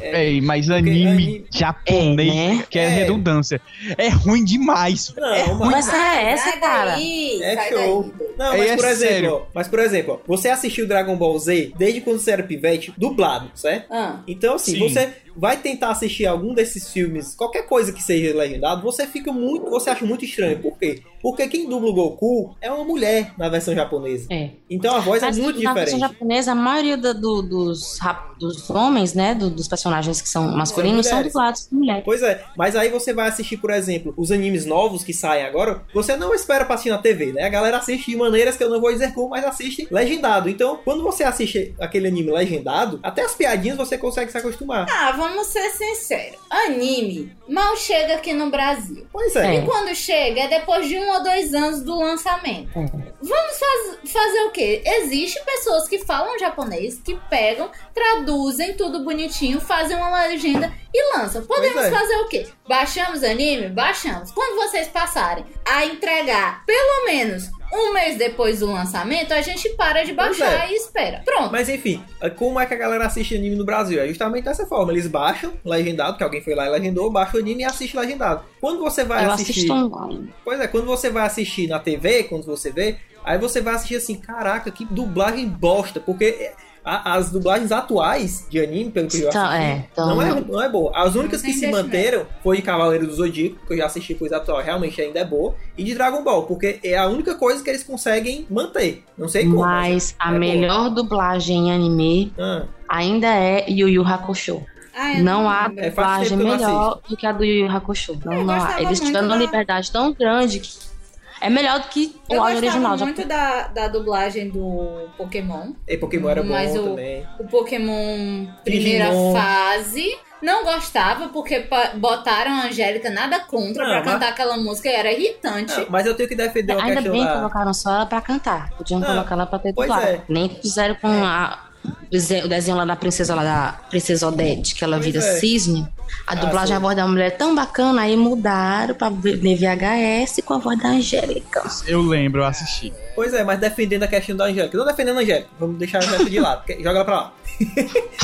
Speaker 8: Ei, É, mas anime
Speaker 2: anime-
Speaker 8: japonês,
Speaker 4: É, né?
Speaker 8: que é,
Speaker 2: É.
Speaker 8: redundância. É ruim demais.
Speaker 2: Não,
Speaker 8: é
Speaker 2: mas-
Speaker 8: ruim.
Speaker 4: Mas é essa,
Speaker 1: sai
Speaker 4: cara.
Speaker 1: daí,
Speaker 2: É
Speaker 1: sai
Speaker 2: show.
Speaker 1: daí.
Speaker 2: Não,
Speaker 8: Aí
Speaker 2: mas
Speaker 8: é
Speaker 2: por exemplo,
Speaker 8: sério.
Speaker 2: ó, mas por exemplo, ó, você assistiu Dragon Ball Z desde quando você era pivete, dublado, certo?
Speaker 1: Ah,
Speaker 2: Então, assim,
Speaker 8: Sim.
Speaker 2: você vai tentar assistir algum desses filmes, qualquer coisa que seja legendado, você fica muito, você acha muito estranho. Por quê? Porque quem dubla o Goku é uma mulher na versão japonesa.
Speaker 4: É.
Speaker 2: Então a voz
Speaker 4: Mas
Speaker 2: é muito
Speaker 4: na versão
Speaker 2: diferente.
Speaker 4: japonesa, a maioria da- do- dos, rap- dos homens, né? do- dos personagens que são masculinos, são
Speaker 2: mulheres.
Speaker 4: dublados por mulheres.
Speaker 2: Pois é, mas aí você vai assistir, por exemplo, os animes novos que saem agora, você não espera pra assistir na TV, né? A galera assiste de maneiras que eu não vou dizer como, mas assiste legendado. Então, quando você assiste aquele anime legendado, até as piadinhas você consegue se acostumar.
Speaker 1: Ah, vamos ser sinceros. Anime mal chega aqui no Brasil.
Speaker 2: Pois é.
Speaker 1: E quando chega é depois de um ou dois anos do lançamento.
Speaker 2: É.
Speaker 1: Vamos faz- fazer o quê? Existem pessoas que falam japonês, que pegam, traduzem tudo bonitinho, fazem uma legenda e lançam. Podemos
Speaker 2: é.
Speaker 1: fazer o quê? Baixamos anime? Baixamos. Quando vocês passarem a entregar pelo menos um mês depois do lançamento, a gente para de
Speaker 2: Pois
Speaker 1: baixar
Speaker 2: é.
Speaker 1: e espera. Pronto.
Speaker 2: Mas enfim, como é que a galera assiste anime no Brasil? É justamente dessa forma. Eles baixam legendado, que alguém foi lá e legendou, baixa o anime e assiste legendado. Quando você vai
Speaker 4: Eu
Speaker 2: assistir.
Speaker 4: assisto um online.
Speaker 2: Pois é, quando você vai assistir na TV, quando você vê, aí você vai assistir assim, caraca, que dublagem bosta, porque é, a- as dublagens atuais de anime, pelo que eu
Speaker 4: Então,
Speaker 2: assisti,
Speaker 4: é, então
Speaker 2: não, é,
Speaker 4: não.
Speaker 2: não é boa. As únicas que
Speaker 1: tem
Speaker 2: se
Speaker 1: investimento.
Speaker 2: manteram foi de Cavaleiro do Zodíaco, que eu já assisti coisa atual, realmente ainda é boa, e de Dragon Ball, porque é a única coisa que eles conseguem manter. Não sei como.
Speaker 4: Mas a
Speaker 2: é boa.
Speaker 4: melhor dublagem em anime
Speaker 2: Ah,
Speaker 4: ainda é Yu Yu Hakusho.
Speaker 1: Ah, eu
Speaker 4: Não há
Speaker 1: lembro.
Speaker 2: É, faz tempo
Speaker 4: dublagem
Speaker 2: que eu não
Speaker 4: melhor do que a do Yu Yu Hakusho. Não,
Speaker 1: Eu
Speaker 4: não há.
Speaker 1: gostava
Speaker 4: Eles
Speaker 1: muito
Speaker 4: tiveram uma
Speaker 1: da-
Speaker 4: liberdade tão grande que é melhor do que o
Speaker 1: Eu
Speaker 4: áudio
Speaker 1: gostava
Speaker 4: original. já-
Speaker 1: muito da, da dublagem do Pokémon.
Speaker 2: e Pokémon era bom
Speaker 1: Mas o-
Speaker 2: também.
Speaker 1: O Pokémon primeira
Speaker 2: Digimon.
Speaker 1: fase. Não gostava, porque pa- botaram a Angélica nada contra
Speaker 2: Ah,
Speaker 1: pra
Speaker 2: mas-
Speaker 1: cantar aquela música e era irritante. é
Speaker 2: Ah, mas eu tenho que defender uma
Speaker 4: Ainda
Speaker 2: questão
Speaker 4: bem que
Speaker 2: da...
Speaker 4: colocaram só ela pra cantar. Podiam
Speaker 2: Ah,
Speaker 4: colocar ela pra ter
Speaker 2: pois
Speaker 4: dublado.
Speaker 2: é.
Speaker 4: Nem fizeram com a- o desenho lá da princesa lá da princesa Odete, que ela
Speaker 2: Pois
Speaker 4: vira
Speaker 2: é.
Speaker 4: cisne. A
Speaker 2: Ah,
Speaker 4: dublagem
Speaker 2: sim.
Speaker 4: a voz da mulher é tão bacana, aí mudaram pra VHS com a voz da Angélica.
Speaker 8: Eu lembro, eu assisti.
Speaker 2: Pois é, mas defendendo a questão da Angélica. Não defendendo a Angélica, vamos deixar a Angélica de lado. que- Joga ela pra lá.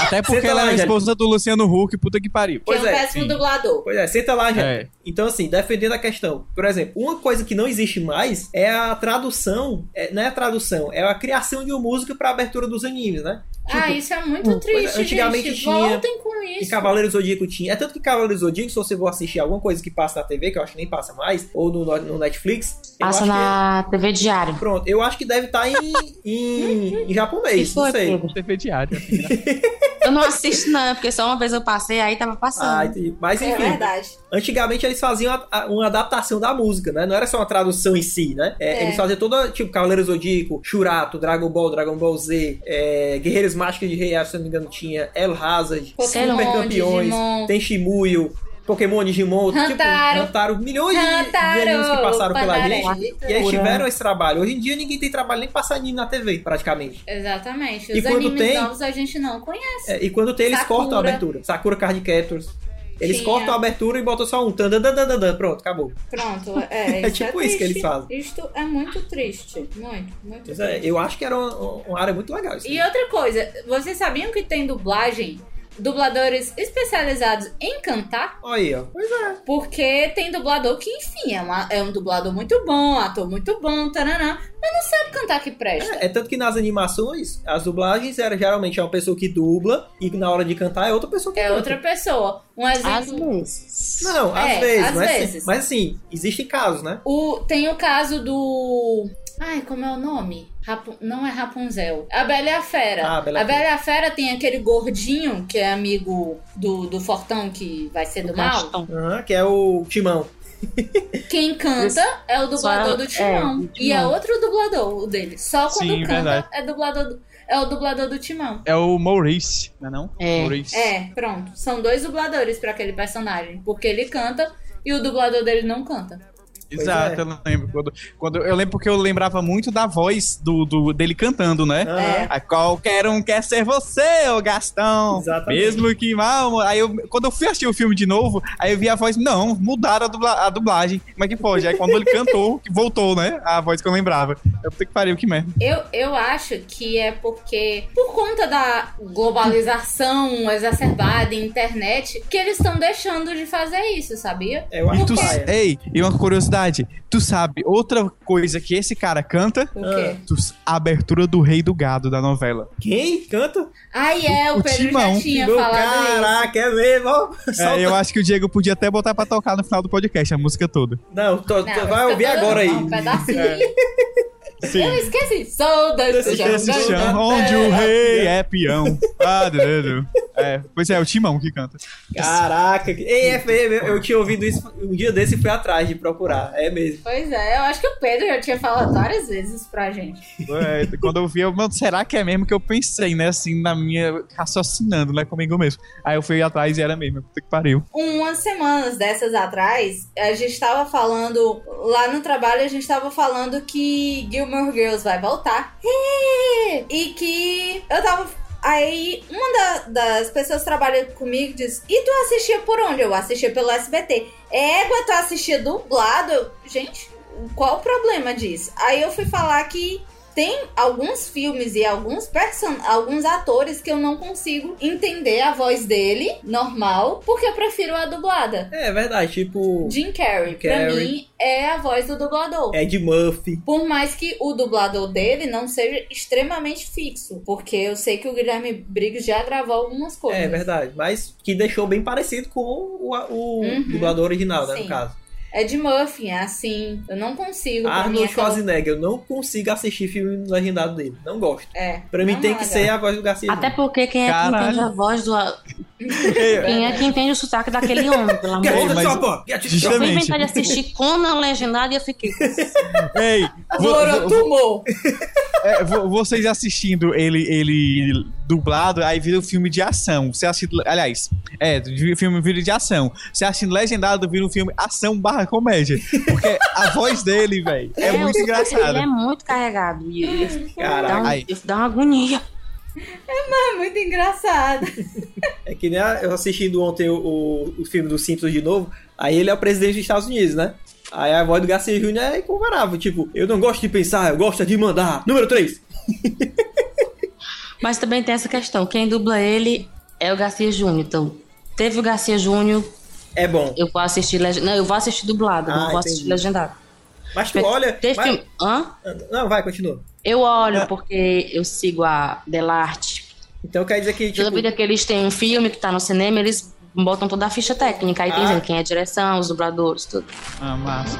Speaker 8: Até porque
Speaker 2: Senta lá,
Speaker 8: ela é a
Speaker 2: Angélica.
Speaker 8: esposa do Luciano Huck, puta que pariu.
Speaker 1: que é
Speaker 2: Pois
Speaker 1: um
Speaker 2: é,
Speaker 1: péssimo
Speaker 8: sim.
Speaker 1: dublador.
Speaker 2: Pois é, senta lá, Angélica.
Speaker 8: É.
Speaker 2: Então, assim, defendendo a questão, por exemplo, uma coisa que não existe mais é a tradução, é, não é a tradução, é a criação de uma música pra abertura dos animes, né?
Speaker 1: ah, isso é muito triste,
Speaker 2: antigamente
Speaker 1: gente.
Speaker 2: tinha-
Speaker 1: Voltem com
Speaker 2: E
Speaker 1: isso.
Speaker 2: Cavaleiro do Zodíaco tinha. É tanto que Cavaleiro do Zodíaco, se você for assistir alguma coisa que passa na TV, que eu acho que nem passa mais, ou no, no Netflix, eu
Speaker 4: Passa
Speaker 2: acho
Speaker 4: na TV Diário.
Speaker 2: que. Pronto, eu acho que deve estar em, em, em japonês,
Speaker 4: Que
Speaker 2: É não
Speaker 4: foi,
Speaker 2: sei.
Speaker 4: Pedro?
Speaker 8: TV diária.
Speaker 4: Eu não assisto, não, porque só uma vez eu passei, aí tava
Speaker 2: Ah,
Speaker 4: passando.
Speaker 2: entendi. Mas
Speaker 1: É
Speaker 2: enfim,
Speaker 1: verdade.
Speaker 2: Antigamente eles faziam a- a- uma adaptação da música, né? Não era só uma tradução em si, né? É,
Speaker 1: É.
Speaker 2: Eles faziam toda, tipo, Cavaleiro Zodíaco, Shurato, Dragon Ball, Dragon Ball Z, é, Guerreiros Mágicos de Rei, se eu não me engano, tinha El Hazard,
Speaker 1: Pokémon,
Speaker 2: Super
Speaker 1: Digimon.
Speaker 2: Campeões, Tenshimuyo, Pokémon, Digimon,
Speaker 1: Hantaro.
Speaker 2: tipo, Hantaro, milhões de- de,
Speaker 1: Rantaro,
Speaker 2: animes que passaram pela
Speaker 1: Panaré.
Speaker 2: gente. E eles tiveram esse trabalho. Hoje em dia ninguém tem trabalho nem passar anime na TV, praticamente.
Speaker 1: Exatamente.
Speaker 2: E
Speaker 1: Os
Speaker 2: quando
Speaker 1: animes
Speaker 2: tem-
Speaker 1: novos a gente não conhece.
Speaker 2: É, e quando tem, eles
Speaker 1: Sakura.
Speaker 2: cortam a abertura. Sakura Card Captors. Eles
Speaker 1: Tinha.
Speaker 2: cortam a abertura e botam só um. tan, dan, dan, dan, dan, dan, Pronto, acabou.
Speaker 1: Pronto, é,
Speaker 2: É tipo isso que
Speaker 1: triste.
Speaker 2: eles fazem.
Speaker 1: Isto é muito triste. Muito, muito
Speaker 2: Pois é, eu acho que era uma, uma área muito legal. Isso.
Speaker 1: E outra coisa, vocês sabiam que tem dublagem? Dubladores especializados em cantar?
Speaker 2: Olha aí, ó. Pois é.
Speaker 1: Porque tem dublador que, enfim, é, uma- é um dublador muito bom, um ator muito bom, taranã, mas não sabe cantar que presta.
Speaker 2: É tanto que nas animações, as dublagens era geralmente é uma pessoa que dubla e na hora de cantar é outra pessoa que
Speaker 1: É
Speaker 2: canta.
Speaker 1: outra pessoa. Um
Speaker 4: Às
Speaker 1: exemplo.
Speaker 4: vezes.
Speaker 2: Não, às
Speaker 1: É,
Speaker 2: vezes,
Speaker 1: às
Speaker 2: mas, assim-
Speaker 1: vezes.
Speaker 2: mas assim, existem casos, né?
Speaker 1: O, tem o caso do. Ai, como é o nome? Rapu- Não é Rapunzel. A Bela e a Fera.
Speaker 2: Ah, a Bela e a
Speaker 1: É. a Bela e a Fera tem aquele gordinho que é amigo do, do Fortão que vai ser do mal.
Speaker 4: Gastão.
Speaker 2: Aham, que é o Timão.
Speaker 1: Quem canta é o dublador
Speaker 4: Só-
Speaker 1: do Timão.
Speaker 4: é, do
Speaker 1: E é
Speaker 4: Timão.
Speaker 1: outro dublador, o dele. Só quando
Speaker 8: Sim,
Speaker 1: canta
Speaker 8: verdade.
Speaker 1: é dublador do- é o dublador do Timão.
Speaker 8: É o Maurice, não é não?
Speaker 4: É.
Speaker 8: Maurice.
Speaker 1: É, pronto. São dois dubladores pra aquele personagem. Porque ele canta e o dublador dele não canta.
Speaker 8: Exato, eu não lembro. Quando, quando, eu lembro porque eu lembrava muito da voz do, do- dele cantando, né?
Speaker 1: É.
Speaker 2: Aham.
Speaker 8: A qualquer um quer ser você, ô Gastão.
Speaker 2: Exatamente.
Speaker 8: Mesmo que mal. Aí eu, quando eu fui assistir o filme de novo, aí eu vi a voz, não, mudaram a, dubla- a dublagem. Como é que pode? Aí quando ele cantou, que voltou, né? A voz que eu lembrava. Eu puta que pariu, que merda.
Speaker 1: Eu, eu acho que é porque, por conta da globalização exacerbada e internet, que eles estão deixando de fazer isso, sabia?
Speaker 2: Eu acho
Speaker 8: Tu,
Speaker 2: que é.
Speaker 8: ei, e uma curiosidade. Tu sabe outra coisa que esse cara canta?
Speaker 1: O quê?
Speaker 8: Tu- a abertura do Rei do Gado da novela.
Speaker 2: Quem canta?
Speaker 1: Ai, é, o,
Speaker 8: O
Speaker 1: Pedro já
Speaker 8: Timão.
Speaker 1: tinha
Speaker 2: Meu,
Speaker 1: falado isso.
Speaker 2: Caraca, é mesmo. ó. Solta-
Speaker 8: É, eu acho que o Diego podia até botar pra tocar no final do podcast a música toda.
Speaker 2: Não, tô- tô-
Speaker 1: Não,
Speaker 2: vai
Speaker 1: eu
Speaker 2: ouvir
Speaker 1: tô-
Speaker 2: agora aí. É.
Speaker 1: Um pedacinho.
Speaker 8: Sim.
Speaker 1: Eu esqueci. Sou da
Speaker 2: Desse
Speaker 1: Escuja,
Speaker 2: desse
Speaker 1: sou da-
Speaker 2: chão.
Speaker 8: onde o rei é peão. Ah, dedo. É, pois é, é o Timão que canta.
Speaker 2: Caraca. que- Ei, é feio mesmo. Eu tinha ouvido isso um dia desse e fui atrás de procurar. É mesmo.
Speaker 1: Pois é, eu acho que o Pedro já tinha falado várias vezes pra gente.
Speaker 8: É, quando eu vi, eu, mano, será que é mesmo que eu pensei, né? Assim, na minha. raciocinando, né? Comigo mesmo. Aí eu fui atrás e era mesmo. Puta que pariu.
Speaker 1: Umas semanas dessas atrás, a gente tava falando, lá no trabalho, a gente tava falando que Gilmore Girls vai voltar. Ih! E que eu tava. Aí, uma da- das pessoas que trabalha comigo disse: E tu assistia por onde? Eu assistia pelo SBT. Égua, tu assistia dublado? Eu, Gente, qual o problema disso? Aí eu fui falar que tem alguns filmes e alguns person alguns atores que eu não consigo entender a voz dele normal, porque eu prefiro a dublada.
Speaker 2: É verdade, tipo.
Speaker 1: Jim Carrey,
Speaker 2: Jim
Speaker 1: pra
Speaker 2: Carrey. É.
Speaker 1: mim, é a voz do dublador.
Speaker 2: Ed Murphy.
Speaker 1: Por mais que o dublador dele não seja extremamente fixo, porque eu sei que o Guilherme Briggs já gravou algumas coisas.
Speaker 2: É verdade, mas que deixou bem parecido com o, o
Speaker 1: Uhum.
Speaker 2: dublador original, né?
Speaker 1: Sim.
Speaker 2: No caso.
Speaker 1: Ed Murphy, é assim, eu não consigo. pra mim, é
Speaker 2: Arnold
Speaker 1: aquela-
Speaker 2: Schwarzenegger, eu não consigo assistir filme legendado dele. Não gosto.
Speaker 1: É,
Speaker 2: Pra mim
Speaker 1: não
Speaker 2: tem
Speaker 1: é
Speaker 2: que
Speaker 1: legal.
Speaker 2: ser a voz do Garcia.
Speaker 4: Até porque quem é que
Speaker 8: Caralho.
Speaker 4: entende a voz do. Quem é que entende o sotaque daquele homem, pelo amor de
Speaker 2: Get
Speaker 8: Ei,
Speaker 2: to the
Speaker 4: Deus.
Speaker 8: mas-
Speaker 2: chopper! Get to the chopper!
Speaker 4: Eu fui
Speaker 8: Justamente.
Speaker 4: inventar de assistir Conan legendado e eu fiquei.
Speaker 8: Ei, vo- vo-
Speaker 1: Morotumor.
Speaker 8: é, vo- vocês assistindo ele, ele dublado, aí vira um filme de ação. Você assiste, aliás, é, de- filme vira de ação. Você assistindo legendado, vira um filme ação barra comédia. Porque a voz dele, velho, é
Speaker 4: o
Speaker 8: muito
Speaker 4: sotaque dele é
Speaker 8: engraçada.
Speaker 4: muito carregado. E eu- eu- dá,
Speaker 2: Caraca.
Speaker 4: um-
Speaker 8: Aí.
Speaker 4: eu- dá uma agonia.
Speaker 1: É muito engraçado.
Speaker 2: É que nem a- eu assistindo ontem o, o, o filme do Simpsons de novo, aí ele é o presidente dos Estados Unidos, né? Aí a voz do Garcia Júnior é incomparável, tipo, eu não gosto de pensar, eu gosto é de mandar. Número 3.
Speaker 4: Mas também tem essa questão: quem dubla ele é o Garcia Júnior. Então, teve o Garcia Júnior,
Speaker 2: É bom.
Speaker 4: eu vou assistir legendado. Não, eu vou assistir dublado,
Speaker 2: Ah,
Speaker 4: não vou assistir
Speaker 2: entendi.
Speaker 4: legendado.
Speaker 2: Mas tu olha.
Speaker 4: Teve
Speaker 2: mas- Ah.
Speaker 4: filme- Hã?
Speaker 2: Não, vai, continua.
Speaker 4: Eu olho porque eu sigo a Delarte.
Speaker 2: Então quer dizer que, tipo,
Speaker 4: Toda vida que eles têm um filme que tá no cinema, eles botam toda a ficha técnica. Aí tem
Speaker 2: Ah.
Speaker 4: dizendo quem é a direção, os dubladores, tudo.
Speaker 8: Ah, massa.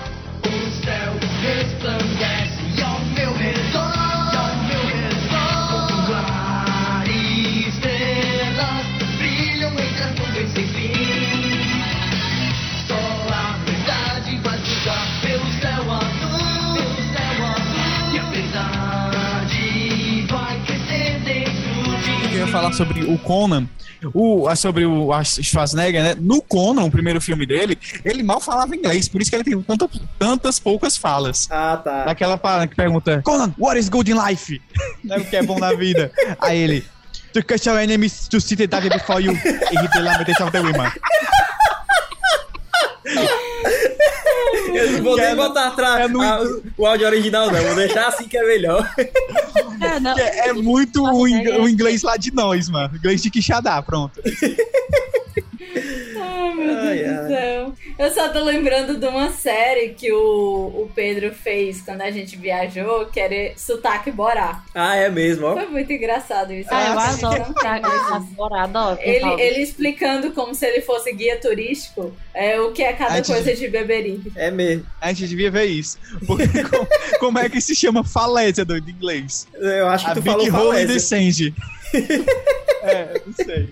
Speaker 8: que eu ia falar sobre o Conan, o, ah, sobre o a Schwarzenegger, né? No Conan, o primeiro filme dele, ele mal falava inglês, por isso que ele tem tanta- tantas pouquas falas.
Speaker 2: Ah, tá.
Speaker 8: Daquela parada que pergunta, Conan, what is good in life? Né, o que é bom na vida? Aí ele, to catch your enemies to sit down before you e hit the lamentation of the women.
Speaker 2: Eu não vou nem botar atrás
Speaker 8: é no-
Speaker 2: a- o áudio original, não. Vou deixar assim que é melhor.
Speaker 4: É, não.
Speaker 8: Que É, é muito
Speaker 4: Nossa,
Speaker 8: o, ing-
Speaker 4: né?
Speaker 8: o inglês lá de nós, mano. Inglês de Quixadá, pronto.
Speaker 1: Ai, meu Deus
Speaker 2: Ai,
Speaker 1: do
Speaker 2: ai.
Speaker 1: céu. Eu só tô lembrando de uma série que o, o Pedro fez quando a gente viajou, que era Sotaque Borá.
Speaker 2: Ah, é mesmo, ó.
Speaker 1: Foi muito engraçado isso.
Speaker 4: Ah, eu
Speaker 1: Acho que
Speaker 4: adoro
Speaker 1: não
Speaker 4: tá,
Speaker 1: tem mais.
Speaker 4: essa morada, ó. quem fala.
Speaker 1: Ele, ele explicando como se ele fosse guia turístico, é, o que é cada
Speaker 8: Ah, de-
Speaker 1: coisa de beberibe.
Speaker 2: É mesmo.
Speaker 8: A gente devia ver isso. Porque co- como, é que se chama falésia do em inglês?
Speaker 2: Eu acho que
Speaker 8: A
Speaker 2: tu
Speaker 8: Big
Speaker 2: falou é, falésia.
Speaker 8: Hole Descende. é, não sei.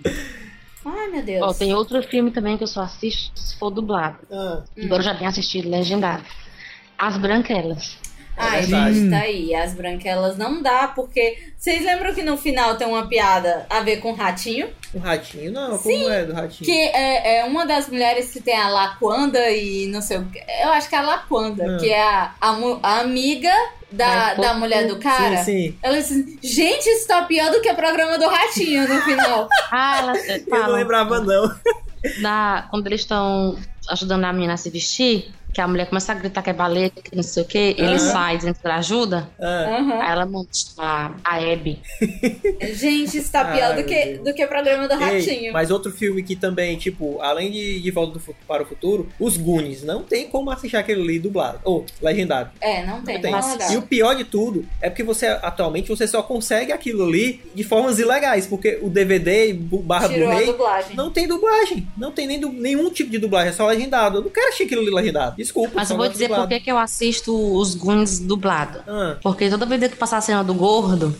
Speaker 1: Ai, meu Deus.
Speaker 4: Ó, tem um- outro filme também que eu só assisto se for dublado.
Speaker 2: Ah,
Speaker 4: Embora eu já tenha assistido legendado. As Branquelas.
Speaker 1: Ai,
Speaker 2: É verdade.
Speaker 1: gente, tá aí. As branquelas não dá, porque. Vocês lembram que no final tem uma piada a ver com ratinho?
Speaker 2: o um ratinho, não. Como é do ratinho?
Speaker 1: Que é, é uma das mulheres que tem a Laquanda e não sei o que. Eu acho que é a Laquanda,
Speaker 2: Ah.
Speaker 1: que é a, a, mu- a amiga da,
Speaker 4: Ai,
Speaker 1: da
Speaker 4: fofinho.
Speaker 1: mulher do cara.
Speaker 2: É, Sim, sim.
Speaker 1: Ela disse, gente, isso tá pior do que o programa do Ratinho no final.
Speaker 4: Ah, elas eh,
Speaker 2: Eu não
Speaker 4: falam
Speaker 2: lembrava, não.
Speaker 4: da, quando eles estão ajudando a menina a se vestir, que a mulher começa a gritar que é baleta, que não sei o que, ele
Speaker 2: Aham.
Speaker 4: sai dizendo que ela ajuda,
Speaker 2: Ah,
Speaker 1: Aham.
Speaker 4: aí ela mostra a Abby.
Speaker 1: Gente, isso tá pior do,
Speaker 2: Ai, Ah, meu
Speaker 1: que,
Speaker 2: Deus.
Speaker 1: do que o programa do
Speaker 2: ei,
Speaker 1: Ratinho.
Speaker 2: mas outro filme que também, tipo, além de De Volta do Fu- para o Futuro, Os Goonies. Não tem como assistir aquele ali dublado. Ou, legendado.
Speaker 1: É, não tem,
Speaker 2: Não
Speaker 1: não, é
Speaker 2: tem.
Speaker 1: legal.
Speaker 2: E o pior de tudo é porque você, atualmente, você só consegue aquilo ali de formas ilegais. Porque o DVD bu- barra
Speaker 1: Tirou a
Speaker 2: Blu-ray
Speaker 1: dublagem.
Speaker 2: Não tem dublagem. Não tem nem du- nenhum tipo de dublagem. É só legendado. Eu não quero achar aquilo ali legendado. Desculpa.
Speaker 4: Mas
Speaker 2: só
Speaker 4: eu vou
Speaker 2: não é
Speaker 4: dizer por
Speaker 2: dublado.
Speaker 4: que que eu assisto os Goonies dublado.
Speaker 2: Ah,
Speaker 4: Porque toda vez que passar a cena do gordo,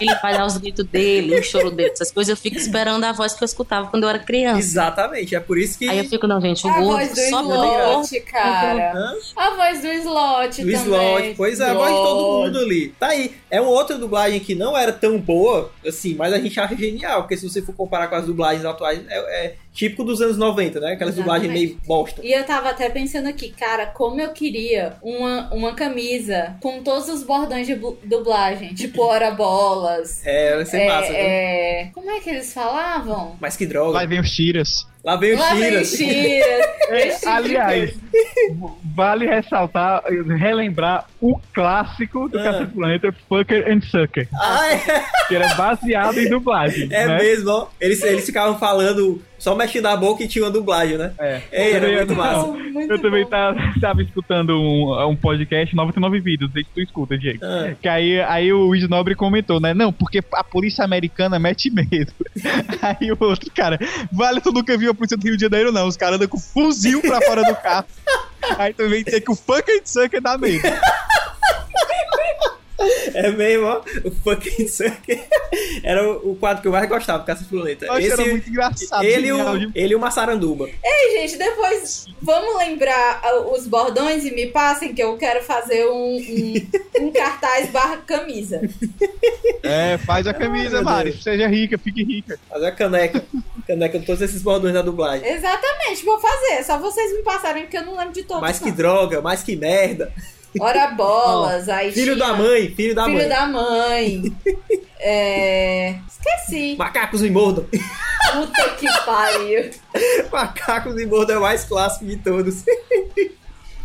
Speaker 4: ele vai dar os gritos dele, o choro dele, essas coisas, eu fico esperando a voz que eu escutava quando eu era criança.
Speaker 2: exatamente. É por isso que.
Speaker 4: Ah. Aí eu fico, não, gente, o
Speaker 1: A
Speaker 4: gordo
Speaker 1: voz do
Speaker 4: só gordo.
Speaker 1: slot, cara.
Speaker 4: "Ah,
Speaker 2: Hã?
Speaker 1: A voz do slot
Speaker 2: O
Speaker 1: também.
Speaker 2: Uhum. slot, pois é, a voz de todo mundo ali. Tá aí. É uma outra dublagem que não era tão boa, assim, mas a gente acha genial, porque se você for comparar com as dublagens atuais, é, é típico dos anos 90, né? Aquelas
Speaker 1: Exatamente.
Speaker 2: dublagens meio bosta.
Speaker 1: E eu tava até pensando aqui, cara, como eu queria uma, uma camisa com todos os bordões de bu- dublagem. Tipo, ora bolas.
Speaker 2: É, vai ser massa, né?
Speaker 1: é, Como é que eles falavam?
Speaker 2: Mas que droga.
Speaker 3: Vai ver os tiras.
Speaker 2: Lá vem o
Speaker 1: Lá vem o
Speaker 2: Shira.
Speaker 1: Chiras. Esse
Speaker 3: É,
Speaker 2: é.
Speaker 3: aliás, vale ressaltar, relembrar o clássico do
Speaker 2: Ah.
Speaker 3: Capitão Planeta, Fucker and Sucker,
Speaker 2: Ah, é.
Speaker 3: que era baseado em dublagem.
Speaker 2: É
Speaker 3: né?
Speaker 2: mesmo, ó. Eles, eles ficavam falando, só mexendo a boca e tinha uma dublagem, né?
Speaker 3: É.
Speaker 2: Ei, era
Speaker 3: Eu
Speaker 2: muito
Speaker 3: também-
Speaker 2: massa.
Speaker 1: muito
Speaker 3: Eu também
Speaker 1: bom.
Speaker 3: tá- tava escutando um, um podcast 99 vídeos, desde que tu escuta, Diego.
Speaker 2: Ah.
Speaker 3: Que aí, aí o Snobre comentou, né? Não, porque a polícia americana mete medo. aí o outro, cara, vale, tu nunca viu a polícia do Rio de Janeiro, não. Os caras andam com fuzil pra fora do carro. aí tu vem dizer que o funk and sucker dá medo.
Speaker 2: É mesmo, ó. O fucking Sucker. Era o o quadro que eu mais gostava, Caça Planeta.
Speaker 3: Eu acho que era muito engraçado.
Speaker 2: ele, e
Speaker 3: genial
Speaker 2: o,
Speaker 3: de-
Speaker 2: ele e o Massaranduba.
Speaker 1: Ei, gente, depois vamos lembrar ah, os bordões e me passem que eu quero fazer um, um, um cartaz barra camisa.
Speaker 3: É, faz a
Speaker 2: Ai,
Speaker 3: camisa,
Speaker 2: Ah, meu
Speaker 3: Mari.
Speaker 2: Deus.
Speaker 3: Seja rica, fique rica.
Speaker 2: Fazer a é caneca. caneca com todos esses bordões da dublagem.
Speaker 1: Exatamente, vou fazer. É Só vocês me passarem porque eu não lembro de todos.
Speaker 2: Mais que
Speaker 1: não.
Speaker 2: droga, mais que merda.
Speaker 1: Ora bolas, aí
Speaker 2: Filho
Speaker 1: tinha-
Speaker 2: da mãe, filho da
Speaker 1: filho
Speaker 2: mãe.
Speaker 1: da mãe. É... Esqueci.
Speaker 2: Macacos me mordam.
Speaker 1: Puta que pariu.
Speaker 2: Macacos me mordam é o mais clássico de todos. É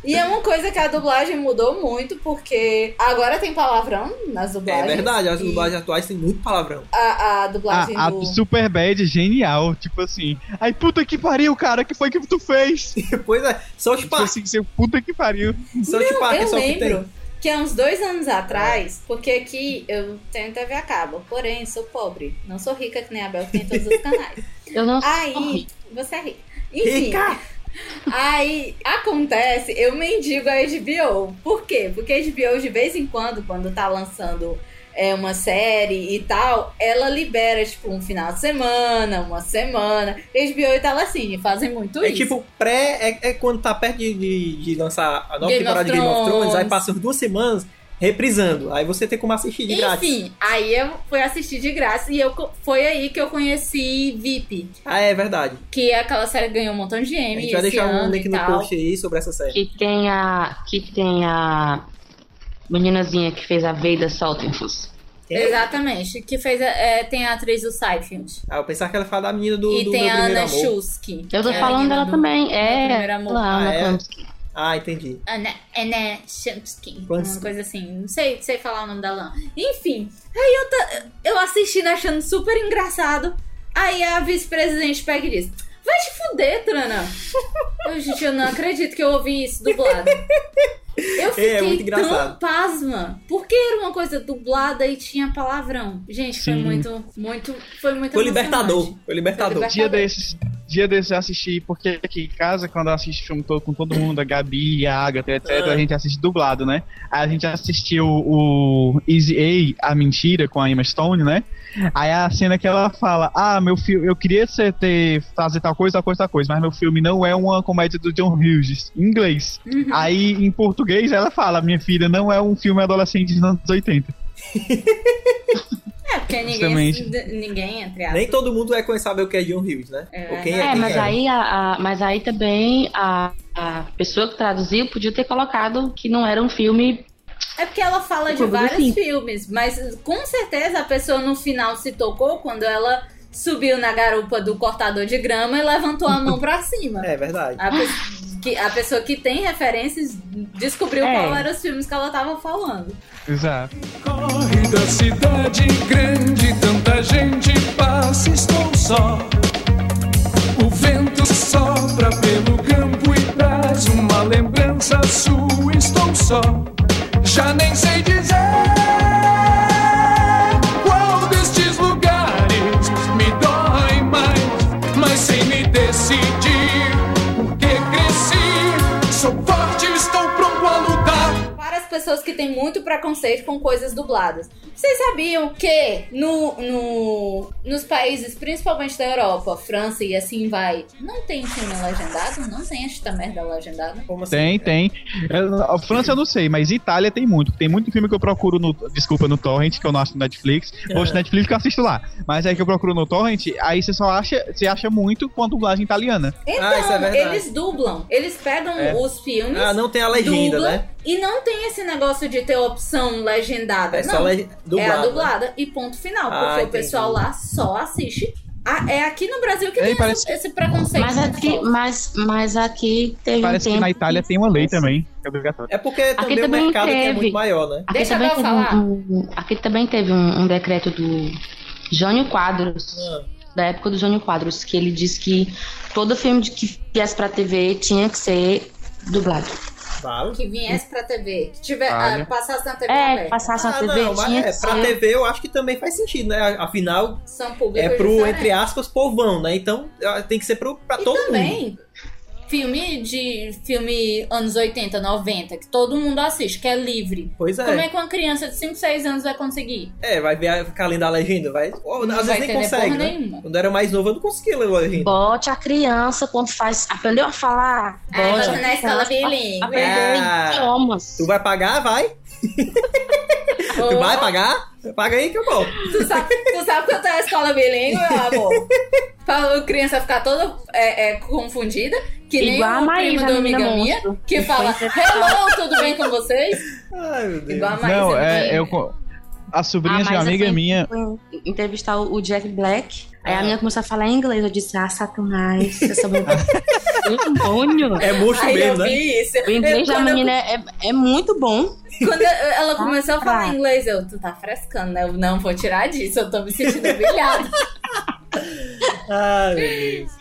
Speaker 1: E é uma coisa que a dublagem mudou muito, porque agora tem palavrão nas
Speaker 2: É
Speaker 1: dublagens.
Speaker 2: verdade, as
Speaker 1: E
Speaker 2: dublagens atuais têm muito palavrão.
Speaker 1: A, a dublagem
Speaker 3: Ah,
Speaker 8: Ah,
Speaker 3: A, a
Speaker 1: do...
Speaker 3: Superbad, genial. Tipo assim, aí puta que pariu, cara, que foi que tu fez?
Speaker 2: Pois é, só os
Speaker 3: Tipo
Speaker 2: pa...
Speaker 3: assim, seu puta que pariu.
Speaker 2: Só os pa...
Speaker 1: Eu
Speaker 2: é só o Ah, que tem.
Speaker 1: lembro que há uns dois anos atrás, porque aqui eu tenho TV a cabo, porém sou pobre, não sou rica que nem a Bel que tem todos os canais.
Speaker 4: Eu não
Speaker 1: Aí, você é rica. Enfim,
Speaker 2: Rica!
Speaker 1: aí acontece, eu mendigo a HBO. Por quê? Porque a HBO de vez em quando, quando tá lançando é, uma série e tal, ela libera, tipo, um final de semana, uma semana. HBO e Telecine fazem muito
Speaker 2: É
Speaker 1: isso.
Speaker 2: tipo, pré. É, é quando tá perto de, de, de lançar a nova
Speaker 1: Game
Speaker 2: temporada
Speaker 1: of
Speaker 2: de Game of Thrones,
Speaker 1: Thrones.
Speaker 2: aí passa duas semanas reprisando. Aí você tem como assistir de grátis.
Speaker 1: Enfim, aí eu fui assistir de graça e eu, co- foi aí que eu conheci VIP,
Speaker 2: Ah, é verdade.
Speaker 1: que é aquela série que ganhou um montão de
Speaker 2: A
Speaker 1: Emmy
Speaker 2: gente
Speaker 1: esse
Speaker 2: vai deixar um
Speaker 1: ano
Speaker 2: link
Speaker 1: e
Speaker 2: no
Speaker 1: tal.
Speaker 2: post aí sobre essa série.
Speaker 4: que tem a. que tem a meninazinha que fez a Veida Saltenfuss.
Speaker 1: Exatamente, que fez a- é, tem a atriz do Seinfeld.
Speaker 2: Ah, eu pensava que ela fala da menina do,
Speaker 1: e
Speaker 2: do
Speaker 1: tem
Speaker 2: meu
Speaker 1: a
Speaker 2: primeiro
Speaker 1: Ana
Speaker 2: amor.
Speaker 1: Chusky.
Speaker 4: Eu tô
Speaker 1: que é a
Speaker 4: falando
Speaker 1: menina
Speaker 4: dela
Speaker 1: do-
Speaker 4: também.
Speaker 1: Meu
Speaker 4: É.
Speaker 1: Primeiro Amor.
Speaker 4: Lá,
Speaker 2: Ah,
Speaker 4: na
Speaker 2: é?
Speaker 4: Clamsky.
Speaker 2: Ah, entendi.
Speaker 1: Ana, Ana Champskin,
Speaker 2: Pois.
Speaker 1: uma coisa assim, não sei, sei falar o nome da lã. Enfim, aí eu, ta- eu assistindo achando super engraçado, aí a vice-presidente pega e diz, vai te fuder, Trana. eu, gente, eu não acredito que eu ouvi isso dublado. Eu fiquei
Speaker 2: É, muito
Speaker 1: tão
Speaker 2: engraçado.
Speaker 1: pasma, porque era uma coisa dublada e tinha palavrão. Gente, foi
Speaker 10: Sim.
Speaker 1: muito, muito, foi muito
Speaker 2: Foi
Speaker 1: emocionante.
Speaker 2: libertador. Foi libertador.
Speaker 1: Foi
Speaker 8: Dia desses, dia desses eu assisti, porque aqui em casa, quando eu assisto filme todo com todo mundo, a Gabi, a Agatha, etc.,
Speaker 2: Ah.
Speaker 8: a gente assiste dublado, né? Aí a gente assistiu o Easy A, A Mentira, com a Emma Stone, né? Aí a cena que ela fala, ah, meu filme, eu queria ser ter, fazer tal coisa, tal coisa, tal coisa, mas meu filme não é uma comédia do John Hughes, em inglês. Aí, em português, ela fala, minha filha, não é um filme adolescente dos anos 80.
Speaker 1: É, porque ninguém,
Speaker 8: Justamente.
Speaker 1: ninguém entre aspas.
Speaker 2: Nem todo mundo vai conhecer saber o que é John Hughes, né?
Speaker 1: É.
Speaker 2: Ou quem é,
Speaker 4: É,
Speaker 2: quem
Speaker 4: mas
Speaker 2: era.
Speaker 4: aí, a, a- mas aí também a, a pessoa que traduziu podia ter colocado que não era um filme.
Speaker 1: É porque ela fala de
Speaker 4: Clube dos
Speaker 1: vários
Speaker 2: assim.
Speaker 4: Cinco.
Speaker 1: filmes, mas com certeza a pessoa no final se tocou quando ela subiu na garupa do cortador de grama e levantou a mão pra cima.
Speaker 2: É verdade.
Speaker 1: A, pe- que, a pessoa que tem referências descobriu
Speaker 4: É.
Speaker 1: qual eram os filmes que ela tava falando.
Speaker 8: Exato.
Speaker 9: Corre da cidade grande, tanta gente passa, estou só. O vento sopra pelo campo e traz uma lembrança sua, estou só. Já nem sei dizer qual destes lugares me dói mais, mas sem me decidir, porque cresci, sou forte, estou pronto a lutar.
Speaker 1: Para as pessoas que têm muito preconceito com coisas dubladas. Vocês sabiam que no, no- nos países, principalmente da Europa, França e assim vai, não tem filme legendado? Não tem esta merda legendada?
Speaker 2: Como assim?
Speaker 8: Tem, tem. Eu- A França eu não sei, mas Itália tem muito. Tem muito filme que eu procuro no. Desculpa, no Torrent, que eu não acho no Netflix. Hoje no Netflix que eu assisto lá. Mas aí que eu procuro no Torrent, aí você só acha, você acha muito com a dublagem italiana.
Speaker 1: Então,
Speaker 2: Ah, isso é verdade.
Speaker 1: eles dublam. Eles pegam
Speaker 2: É.
Speaker 1: os filmes,
Speaker 2: Ah, não tem a legenda,
Speaker 1: dublam,
Speaker 2: né?
Speaker 1: e não tem esse negócio de ter opção legendada.
Speaker 2: É
Speaker 1: não,
Speaker 2: só leg...
Speaker 1: é a
Speaker 2: dublado, né?
Speaker 1: dublada e ponto final.
Speaker 2: Ah,
Speaker 1: porque o
Speaker 2: entendi.
Speaker 1: pessoal lá só assiste. Ah, é aqui no Brasil que
Speaker 8: É,
Speaker 1: tem esse-
Speaker 8: parece-
Speaker 1: esse preconceito.
Speaker 4: Mas é aqui, mas, mas aqui teve
Speaker 8: Parece
Speaker 4: um
Speaker 8: que
Speaker 4: tempo.
Speaker 8: na Itália tem uma lei também, que é obrigatória.
Speaker 2: É porque também,
Speaker 4: também
Speaker 2: o mercado aqui é
Speaker 4: teve.
Speaker 2: muito maior, né?
Speaker 4: Aqui
Speaker 1: Deixa a
Speaker 4: também
Speaker 1: Bel
Speaker 4: teve
Speaker 1: falar.
Speaker 4: um- um- aqui também teve um, um decreto do Jânio Quadros,
Speaker 2: Ah,
Speaker 4: da época do Jânio Quadros, que ele disse que todo filme de- que viesse pra TV tinha que ser dublado.
Speaker 2: Claro.
Speaker 1: Que viesse pra TV, que tiver,
Speaker 8: Olha.
Speaker 2: né?
Speaker 1: ah, passasse na TV
Speaker 4: É, que
Speaker 1: aberta.
Speaker 4: passasse na
Speaker 2: Ah,
Speaker 4: TV
Speaker 2: não, mas
Speaker 4: tinha que
Speaker 2: é, pra
Speaker 4: ser.
Speaker 2: TV eu acho que também faz sentido, né? Afinal,
Speaker 1: São públicos
Speaker 2: é pro,
Speaker 1: diferentes.
Speaker 2: entre aspas, povão, né? Então ah, tem que ser pro, pra
Speaker 1: E
Speaker 2: todo mundo.
Speaker 1: também filme de filme anos 80, 90, que todo mundo assiste, que é livre.
Speaker 2: Pois
Speaker 1: Como é
Speaker 2: é.
Speaker 1: que uma criança de 5, 6 anos vai conseguir?
Speaker 2: É, vai ver a, ficar lendo a legenda, vai. Ou,
Speaker 1: Não
Speaker 2: às
Speaker 1: vai
Speaker 2: vezes nem
Speaker 1: entender
Speaker 2: consegue,
Speaker 1: porra
Speaker 2: né?
Speaker 1: nenhuma.
Speaker 2: Quando eu era mais novo eu não conseguia ler a legenda.
Speaker 4: Bote a criança quando faz. Aprendeu a falar.
Speaker 2: É,
Speaker 1: Ah,
Speaker 4: Bote
Speaker 1: você
Speaker 4: a
Speaker 1: na escola
Speaker 4: criança
Speaker 1: bilíngue.
Speaker 4: Aprendeu
Speaker 2: Ah.
Speaker 4: idiomas.
Speaker 2: Tu vai pagar? Vai. Tu vai pagar? Paga aí que eu vou.
Speaker 1: Tu sabe, tu sabe que eu tô na escola bilíngue, meu amor? Pra criança ficar toda é, é, confundida, que nem
Speaker 4: Igual a
Speaker 1: o
Speaker 4: Maísa,
Speaker 1: primo do
Speaker 4: a
Speaker 1: amiga
Speaker 4: menina
Speaker 1: minha,
Speaker 4: monstro.
Speaker 1: que fala, hello, tudo bem com vocês?
Speaker 2: Ai, meu Deus.
Speaker 1: Igual a Maísa.
Speaker 8: Não,
Speaker 1: menina.
Speaker 8: é. Eu, co- a sobrinha
Speaker 4: Ah,
Speaker 8: de uma
Speaker 4: mas
Speaker 8: amiga
Speaker 4: assim-
Speaker 8: minha.
Speaker 4: Fui entrevistar o o Jack Black. Aí a menina começou a falar em inglês. Eu disse, ah, satanás. Eu sou muito- demônio.
Speaker 2: É monstro
Speaker 1: Aí eu
Speaker 2: mesmo, né?
Speaker 1: vi isso.
Speaker 4: O inglês
Speaker 1: Eu-
Speaker 4: da
Speaker 1: quando eu-
Speaker 4: menina Ah, é, é muito bom.
Speaker 1: Quando eu- ela começou a falar
Speaker 4: Caraca.
Speaker 1: inglês, eu, tu tá frescando, né? Eu não vou tirar disso, eu tô me sentindo humilhada.
Speaker 2: Ai, meu Deus.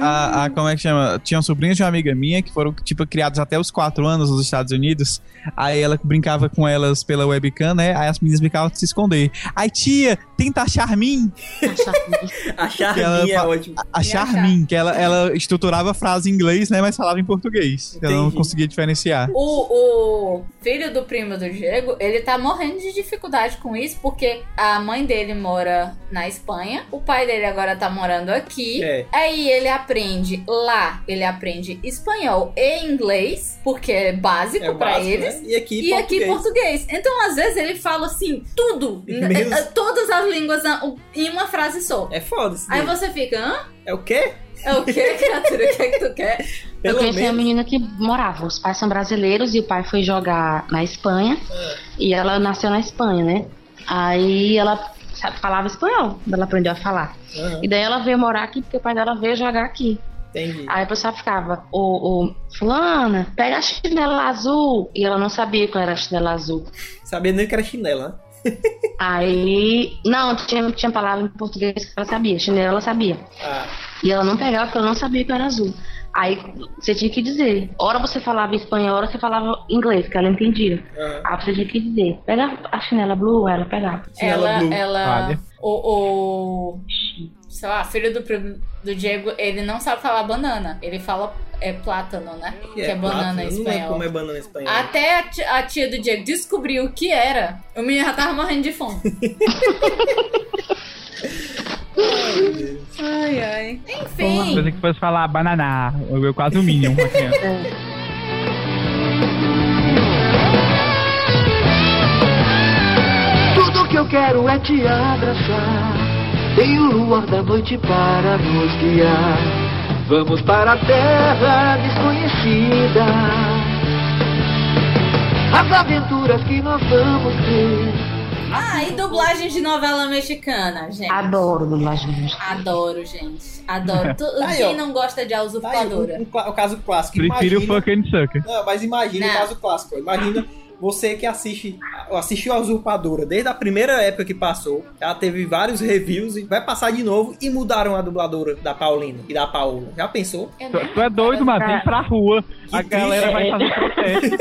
Speaker 8: A, a- como é que chama? Tinha uma sobrinha de uma amiga minha que foram, tipo, criados até os 4 anos nos Estados Unidos. Aí ela brincava com elas pela webcam, né? Aí as meninas brincavam de se esconder. Aí, tia, tenta achar mim.
Speaker 2: A
Speaker 8: Ela
Speaker 2: charminha é
Speaker 8: fa-
Speaker 2: ótimo.
Speaker 8: A Charmin, que ela, ela estruturava a frase em inglês, né? Mas falava em português. Ela não
Speaker 2: Entendi.
Speaker 8: conseguia diferenciar.
Speaker 1: O, o filho do primo do Diego, ele tá morrendo de dificuldade com isso, porque a mãe dele mora na Espanha, o pai dele agora tá morando aqui.
Speaker 2: É.
Speaker 1: Aí ele aprende lá, ele aprende espanhol e inglês, porque é básico
Speaker 2: É
Speaker 1: pra
Speaker 2: básico,
Speaker 1: eles.
Speaker 2: né? E aqui,
Speaker 1: E aqui
Speaker 2: português.
Speaker 1: português. Então, às vezes, ele fala assim, tudo.
Speaker 2: Menos-
Speaker 1: eh, Todas as línguas na- em uma frase só.
Speaker 2: É foda isso.
Speaker 1: Aí
Speaker 2: daí.
Speaker 1: você fica, hã?
Speaker 2: É o quê?
Speaker 1: É o quê, criatura? O que é que tu quer?
Speaker 4: Eu
Speaker 2: Pelo
Speaker 4: conheci uma
Speaker 2: menos.
Speaker 4: menina que morava. Os pais são brasileiros e o pai foi jogar na Espanha. E ela nasceu na Espanha, né? Aí ela sabe, falava espanhol. Ela aprendeu a falar.
Speaker 2: Aham.
Speaker 4: E daí ela veio morar aqui porque o pai dela veio jogar aqui.
Speaker 2: Entendi.
Speaker 4: Aí a pessoa ficava, ô, ô, fulana, pega a chinela azul. E ela não sabia qual era a chinela azul.
Speaker 2: Sabia nem que era chinela, né?
Speaker 4: Aí, não, tinha, tinha palavra em português que ela sabia, chinela ela sabia.
Speaker 2: Ah,
Speaker 4: E ela não pegava porque ela não sabia que era azul. Aí você tinha que dizer. Hora você falava espanhol, hora você falava inglês, que ela entendia.
Speaker 2: ah.
Speaker 4: Aí você tinha que dizer, pega a chinela blue, ela pegava.
Speaker 2: Chinela
Speaker 1: ela,
Speaker 2: blue.
Speaker 1: ela,
Speaker 8: Olha.
Speaker 1: o, o, sei lá, filho do, primo- do Diego, ele não sabe falar banana, ele fala é plátano, né?
Speaker 2: Que
Speaker 1: Que é,
Speaker 2: plato,
Speaker 1: banana em
Speaker 2: eu Não lembro
Speaker 1: espanhol. Ah,
Speaker 2: como é banana em espanhol.
Speaker 1: Até a ti- a tia do Diego descobriu o que era, o menino já tava morrendo de fome. ai, ai.
Speaker 8: Uma coisa
Speaker 1: Enfim,
Speaker 8: que fosse falar bananá. Eu, eu quase o Minion. com a criança.
Speaker 7: Tudo que eu quero é te abraçar. Tem o luar da noite para nos guiar. Vamos para a terra desconhecida. As aventuras que nós vamos ter.
Speaker 1: ah, e dublagem de novela mexicana, gente.
Speaker 4: Adoro dublagem.
Speaker 1: Adoro, gente. Adoro. Tu-
Speaker 2: Tá aí,
Speaker 1: Quem
Speaker 2: ó.
Speaker 1: não gosta de A
Speaker 2: Tá aí, um,
Speaker 1: Usurpadora?
Speaker 2: um cla- o caso clássico.
Speaker 8: Prefiro o
Speaker 2: Imagina-
Speaker 8: fucking sucker.
Speaker 2: Não, mas imagina
Speaker 1: Não.
Speaker 2: o caso clássico. Imagina você que assiste, assistiu a Usurpadora desde a primeira época que passou. Ela teve vários reviews e vai passar de novo e mudaram a dubladora da Paulina e da Paola. Já pensou?
Speaker 1: Eu
Speaker 8: Tu,
Speaker 1: nem-
Speaker 8: tu é doido, mano. Vem pra rua. A
Speaker 2: triste,
Speaker 8: galera vai
Speaker 4: é.
Speaker 8: fazer protesto.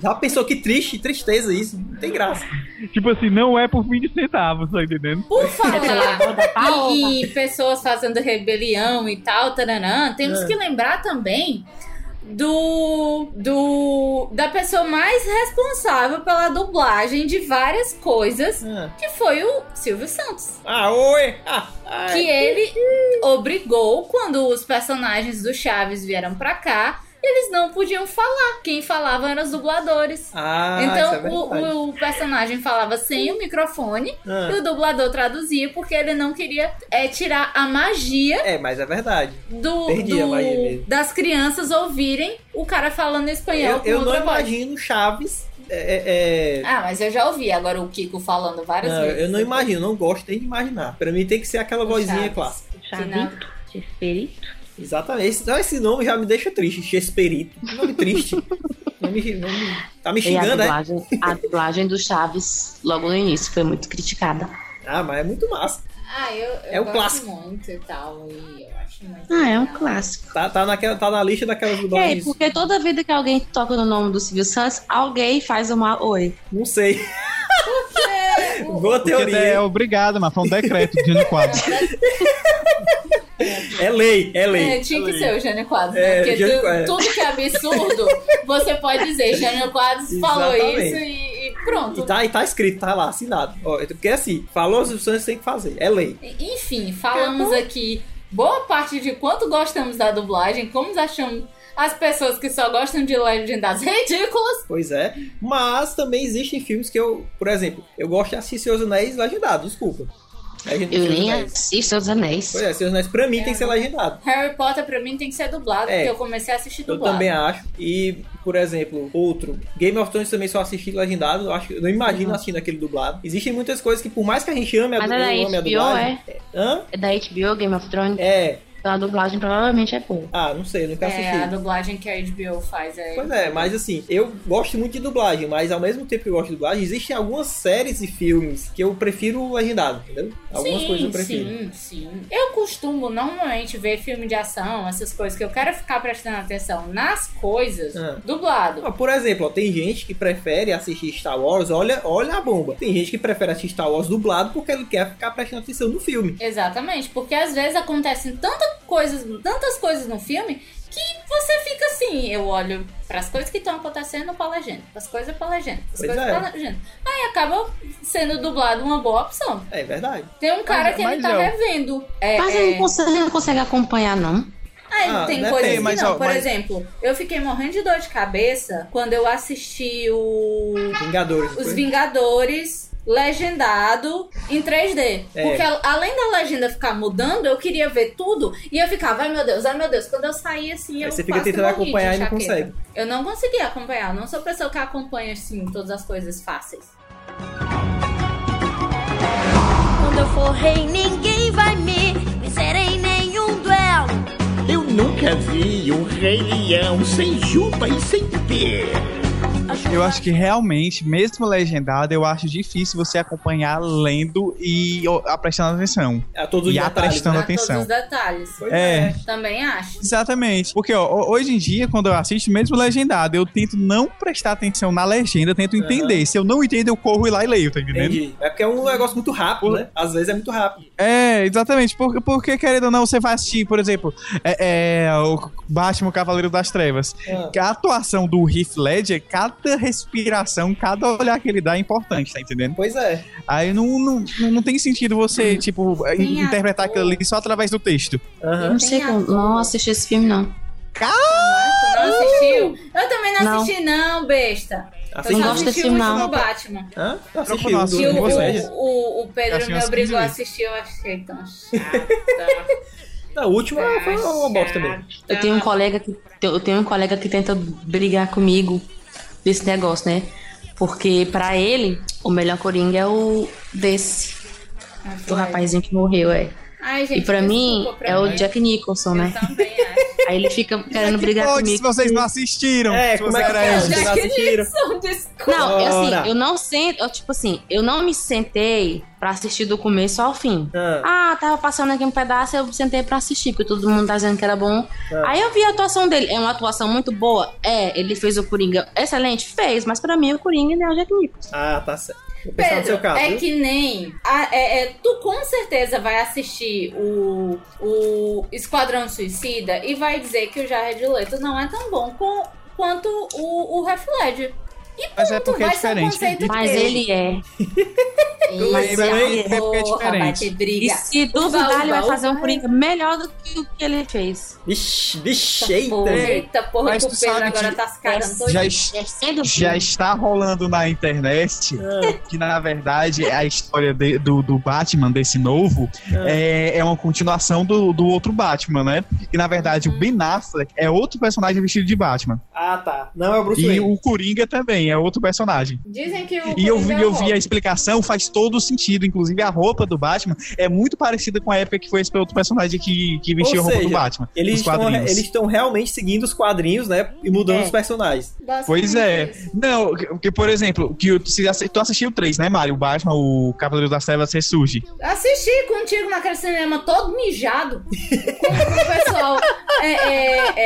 Speaker 2: Já pensou que triste, tristeza isso? Não tem graça.
Speaker 8: tipo assim, não é por 20 centavos, tá entendendo?
Speaker 1: Por falar
Speaker 4: Paola.
Speaker 1: em em pessoas fazendo rebelião e tal, taranã, temos
Speaker 2: É.
Speaker 1: que lembrar também do, do da pessoa mais responsável pela dublagem de várias coisas,
Speaker 2: Ah,
Speaker 1: que foi o Silvio Santos.
Speaker 2: Ah, oi! Ah, ai.
Speaker 1: Que ele obrigou quando os personagens do Chaves vieram pra cá, eles não podiam falar. Quem falava eram os dubladores.
Speaker 2: Ah,
Speaker 1: então
Speaker 2: isso é verdade.
Speaker 1: o- o personagem falava sem o microfone
Speaker 2: Ah,
Speaker 1: e o dublador traduzia porque ele não queria é, tirar a magia
Speaker 2: É, mas é verdade.
Speaker 1: do,
Speaker 2: Perdi a
Speaker 1: do-
Speaker 2: magia mesmo.
Speaker 1: das crianças ouvirem o cara falando espanhol
Speaker 2: Eu,
Speaker 1: com
Speaker 2: eu não
Speaker 1: outra voz.
Speaker 2: imagino Chaves. é, é, é,
Speaker 1: Ah, mas eu já ouvi agora o Kiko falando várias
Speaker 2: não,
Speaker 1: vezes.
Speaker 2: Ah, eu não imagino, não gosto nem de imaginar. Pra mim tem que ser aquela vozinha
Speaker 1: Chaves.
Speaker 2: clássica.
Speaker 1: Não.
Speaker 4: Chavito, Chespirito.
Speaker 2: Exatamente. Esse, não, esse nome já me deixa triste. Chesperito. Que Nome triste. nome, nome, tá me
Speaker 4: E a
Speaker 2: xingando, né?
Speaker 4: dublagem, a dublagem do Chaves, logo no início, foi muito criticada.
Speaker 2: Ah, mas é muito massa.
Speaker 1: Ah, eu, eu
Speaker 2: É o
Speaker 1: gosto
Speaker 2: clássico.
Speaker 1: muito e tal. E eu acho muito
Speaker 4: Ah, é um
Speaker 1: legal.
Speaker 4: clássico.
Speaker 2: Tá, tá, naquela, tá na lista daquelas
Speaker 4: É,
Speaker 2: dublagens.
Speaker 4: porque toda vida que alguém toca no nome do Silvio Santos, alguém faz uma oi.
Speaker 2: Não sei. Boa
Speaker 8: Porque
Speaker 2: teoria.
Speaker 8: é obrigado, mas foi um decreto de ano 4.
Speaker 2: hein? É lei, é lei.
Speaker 1: É, tinha que ser o Jânio Quadros,
Speaker 2: É,
Speaker 1: né? Porque
Speaker 2: Jânio
Speaker 1: tu-
Speaker 2: Quadros.
Speaker 1: tudo que é absurdo, você pode dizer. Jânio Quadros falou
Speaker 2: Exatamente.
Speaker 1: isso e, e
Speaker 2: E
Speaker 1: pronto.
Speaker 2: tá, e tá escrito, tá lá, assinado. Ó, porque assim, falou as opções tem que fazer. É lei.
Speaker 1: Enfim, falamos aqui boa parte de quanto gostamos da dublagem, como achamos as pessoas que só gostam de legendas ridículas.
Speaker 2: Pois é. Mas também existem filmes que eu, por exemplo, eu gosto de assistir Seus Anéis legendados, desculpa. Legend-
Speaker 4: Eu
Speaker 2: Senhor dos
Speaker 4: nem
Speaker 2: Anéis.
Speaker 4: assisto aos anéis.
Speaker 2: Pois é, Seus Anéis pra mim tem que ser legendado.
Speaker 1: Harry Potter pra mim tem que ser dublado,
Speaker 2: É.
Speaker 1: porque eu comecei a assistir
Speaker 2: Eu
Speaker 1: dublado.
Speaker 2: também acho. E, por exemplo, outro. Game of Thrones também só assisti legendado. Eu, acho, eu não imagino assistindo aquele dublado. Existem muitas coisas que, por mais que a gente ame a,
Speaker 4: Mas
Speaker 2: du-
Speaker 4: é
Speaker 2: eu ame
Speaker 4: da
Speaker 2: a
Speaker 4: HBO,
Speaker 2: dublagem.
Speaker 4: é?
Speaker 2: Hã?
Speaker 4: É da HBO, Game of Thrones.
Speaker 2: É.
Speaker 4: Então a dublagem provavelmente é boa.
Speaker 2: Ah, não sei, eu nunca
Speaker 1: É, a
Speaker 2: assisti.
Speaker 1: dublagem que a HBO faz é.
Speaker 2: Pois é, mas assim, eu gosto muito de dublagem, mas ao mesmo tempo que eu gosto de dublagem, existem algumas séries e filmes que eu prefiro legendado, entendeu? é, Algumas
Speaker 1: sim,
Speaker 2: coisas eu prefiro.
Speaker 1: sim, sim. Eu costumo normalmente ver filme de ação, essas coisas que eu quero ficar prestando atenção nas coisas,
Speaker 2: Ah.
Speaker 1: dublado.
Speaker 2: Ah, Por exemplo, ó, tem gente que prefere assistir Star Wars, olha, olha a bomba. Tem gente que prefere assistir Star Wars dublado porque ele quer ficar prestando atenção no filme.
Speaker 1: Exatamente, porque às vezes acontecem tanta coisas, tantas coisas no filme que você fica assim, eu olho pras coisas que estão acontecendo pra legenda, pras coisas pra legenda, pras
Speaker 2: Pois
Speaker 1: coisas
Speaker 2: é.
Speaker 1: pra legenda. Aí acaba sendo dublado uma boa opção.
Speaker 2: É verdade.
Speaker 1: Tem um cara que ele
Speaker 8: mas
Speaker 1: tá
Speaker 8: eu-
Speaker 1: revendo. É,
Speaker 4: Mas
Speaker 1: é...
Speaker 4: ele não consegue, ele não consegue acompanhar, não.
Speaker 1: Aí
Speaker 2: Ah,
Speaker 1: tem
Speaker 2: depende,
Speaker 1: coisas que
Speaker 8: né, mas,
Speaker 1: não.
Speaker 8: ó,
Speaker 1: Por
Speaker 8: mas-
Speaker 1: exemplo, eu fiquei morrendo de dor de cabeça quando eu assisti o
Speaker 2: Vingadores.
Speaker 1: Os
Speaker 2: foi?
Speaker 1: Vingadores legendado em 3D.
Speaker 2: É.
Speaker 1: Porque a- além da legenda ficar mudando, eu queria ver tudo e eu ficava, ai meu Deus, ai meu Deus. Quando eu saí assim,
Speaker 2: Aí
Speaker 1: eu
Speaker 2: É, você fica
Speaker 1: quase
Speaker 2: tentando
Speaker 1: morri de
Speaker 2: acompanhar e não
Speaker 1: enxaqueca.
Speaker 2: consegue.
Speaker 1: Eu não consegui acompanhar. eu Não sou pessoa que acompanha assim todas as coisas fáceis.
Speaker 7: Quando eu for rei, ninguém vai me vencer em nenhum duelo. Eu
Speaker 11: nunca vi um rei leão sem juba e sem pé.
Speaker 8: Eu acho que realmente, mesmo legendado, eu acho difícil você acompanhar lendo e ó, a prestando atenção.
Speaker 2: A É, todos os
Speaker 8: e a
Speaker 2: detalhes,
Speaker 8: prestando
Speaker 2: né?
Speaker 8: atenção.
Speaker 1: Todos os detalhes.
Speaker 8: É.
Speaker 1: Também acho.
Speaker 8: Exatamente. Porque ó, ho- hoje em dia, quando eu assisto, mesmo legendado, eu tento não prestar atenção na legenda, tento entender. Se eu não entendo, eu corro e lá e leio, tá entendendo?
Speaker 2: É. Entendi. É porque é um negócio muito
Speaker 8: Uhum.
Speaker 2: rápido, né? Às vezes é muito rápido.
Speaker 8: É, exatamente. Porque, porque, querendo ou não, você vai assistir, por exemplo, é, é, o Batman Cavaleiro das Trevas.
Speaker 2: Ah,
Speaker 8: Que A atuação do Heath Ledger, cada respiração, cada olhar que ele dá é importante, tá entendendo?
Speaker 2: Pois é.
Speaker 8: Aí não, não, não não tem sentido você,
Speaker 2: Hum.
Speaker 8: tipo,
Speaker 4: Tem
Speaker 8: in- interpretar
Speaker 4: ator.
Speaker 8: aquilo ali só através do texto.
Speaker 4: Eu não sei como. Não assisti esse filme, não.
Speaker 1: Tu não assistiu? Eu também não,
Speaker 4: Não.
Speaker 1: assisti, não, besta.
Speaker 4: Assisti.
Speaker 1: Eu
Speaker 4: Não
Speaker 1: só
Speaker 4: gosto
Speaker 1: assisti
Speaker 4: desse
Speaker 1: o
Speaker 4: filme,
Speaker 1: último
Speaker 4: não.
Speaker 1: Batman.
Speaker 2: Hã? Tá Tu
Speaker 8: Troca o
Speaker 2: assistiu
Speaker 8: nosso,
Speaker 2: do,
Speaker 1: Que
Speaker 2: do
Speaker 1: o,
Speaker 2: Vocês?
Speaker 1: o, o
Speaker 8: Eu
Speaker 1: Pedro
Speaker 8: achei
Speaker 1: me
Speaker 8: umas
Speaker 1: obrigou
Speaker 8: 15
Speaker 1: a
Speaker 8: vezes.
Speaker 1: assistir, eu achei tão chato.
Speaker 2: Não, o último foi uma bosta também.
Speaker 4: Eu
Speaker 1: Ah.
Speaker 4: tenho um colega que eu tenho um colega que tenta brigar comigo desse negócio, né? Porque pra ele o melhor coringa é o desse, do rapazinho que morreu, é.
Speaker 1: Ai, É. gente,
Speaker 4: E pra mim
Speaker 1: desculpa, pra
Speaker 4: é o
Speaker 1: mim.
Speaker 4: Jack Nicholson, né?
Speaker 1: Eu também acho.
Speaker 4: Aí ele fica
Speaker 8: Como é
Speaker 4: querendo
Speaker 8: que
Speaker 4: brigar
Speaker 8: pode, se
Speaker 4: comigo.
Speaker 8: vocês não assistiram.
Speaker 2: É,
Speaker 8: Então,
Speaker 2: como
Speaker 8: se você
Speaker 2: é que
Speaker 8: era
Speaker 2: pode?
Speaker 8: antes.
Speaker 2: Vocês
Speaker 1: Jack
Speaker 2: assistiram?
Speaker 4: um
Speaker 1: Nixon, desculpa.
Speaker 4: Não, é
Speaker 2: Ora.
Speaker 4: assim, eu não sento, eu, tipo assim, eu não me sentei pra assistir do começo ao fim.
Speaker 2: Ah,
Speaker 4: Ah, tava passando aqui um pedaço, eu sentei pra assistir, porque todo mundo tá dizendo que era bom.
Speaker 8: É.
Speaker 4: Aí eu vi a atuação dele. É uma atuação muito boa? É, ele fez o Coringa excelente? Fez, mas pra mim o Coringa não é o Jack Nicholson.
Speaker 2: ah, tá certo. Vou pensar no seu
Speaker 1: Pedro,
Speaker 2: caso.
Speaker 1: é
Speaker 2: viu?
Speaker 1: que nem. a- é- é- tu com certeza vai assistir o, o Esquadrão Suicida e vai dizer que o Jared Leto não é tão bom com- quanto o, o Heath Ledger. E
Speaker 8: Mas é
Speaker 1: ponto,
Speaker 8: porque é
Speaker 1: vai ser um
Speaker 8: diferente.
Speaker 1: conceito
Speaker 4: Mas
Speaker 1: teu.
Speaker 4: ele é.
Speaker 1: Ih,
Speaker 8: Mas
Speaker 1: porra,
Speaker 8: ele é diferente.
Speaker 1: vai ter
Speaker 4: E
Speaker 1: briga.
Speaker 4: se duvidar,
Speaker 1: Uba,
Speaker 4: ele vai
Speaker 1: uba,
Speaker 4: fazer um
Speaker 1: uba.
Speaker 4: Coringa melhor do que o que ele fez.
Speaker 2: Vixe,
Speaker 1: Eita
Speaker 2: vixe,
Speaker 1: porra,
Speaker 2: eita.
Speaker 1: eita porra,
Speaker 8: é Mas
Speaker 1: que o
Speaker 8: tu
Speaker 1: Pedro
Speaker 8: sabe
Speaker 1: agora
Speaker 8: que
Speaker 1: tá se cagando todo.
Speaker 8: Já, es-
Speaker 4: Terceiro
Speaker 8: já
Speaker 4: filme.
Speaker 8: está rolando na internet que, na verdade, é a história de- do, do Batman, desse novo, é, é uma continuação do, do outro Batman, né? E, na verdade, o Ben Affleck é outro personagem vestido de Batman.
Speaker 2: Ah, tá. Não é o Bruce
Speaker 8: E
Speaker 2: Wayne.
Speaker 8: o Coringa também é outro personagem.
Speaker 1: Dizem que o
Speaker 8: E eu vi,
Speaker 1: Coringa é
Speaker 8: eu vi
Speaker 1: volta.
Speaker 8: a explicação, faz todo sentido. Inclusive, a roupa do Batman é muito parecida com a época que foi esse outro personagem que, que vestiu
Speaker 2: Ou
Speaker 8: a roupa
Speaker 2: seja,
Speaker 8: do Batman.
Speaker 2: Eles
Speaker 8: os
Speaker 2: estão,
Speaker 8: quadrinhos.
Speaker 2: eles estão realmente seguindo os quadrinhos, né? E mudando
Speaker 1: É.
Speaker 2: os personagens.
Speaker 8: Pois é. Não, porque, por exemplo, que o- se assi- tu assistiu o 3, né, Mário? O Batman, o Cavaleiro das Trevas ressurge.
Speaker 1: Assisti contigo naquele cinema todo mijado, com o pessoal é, é,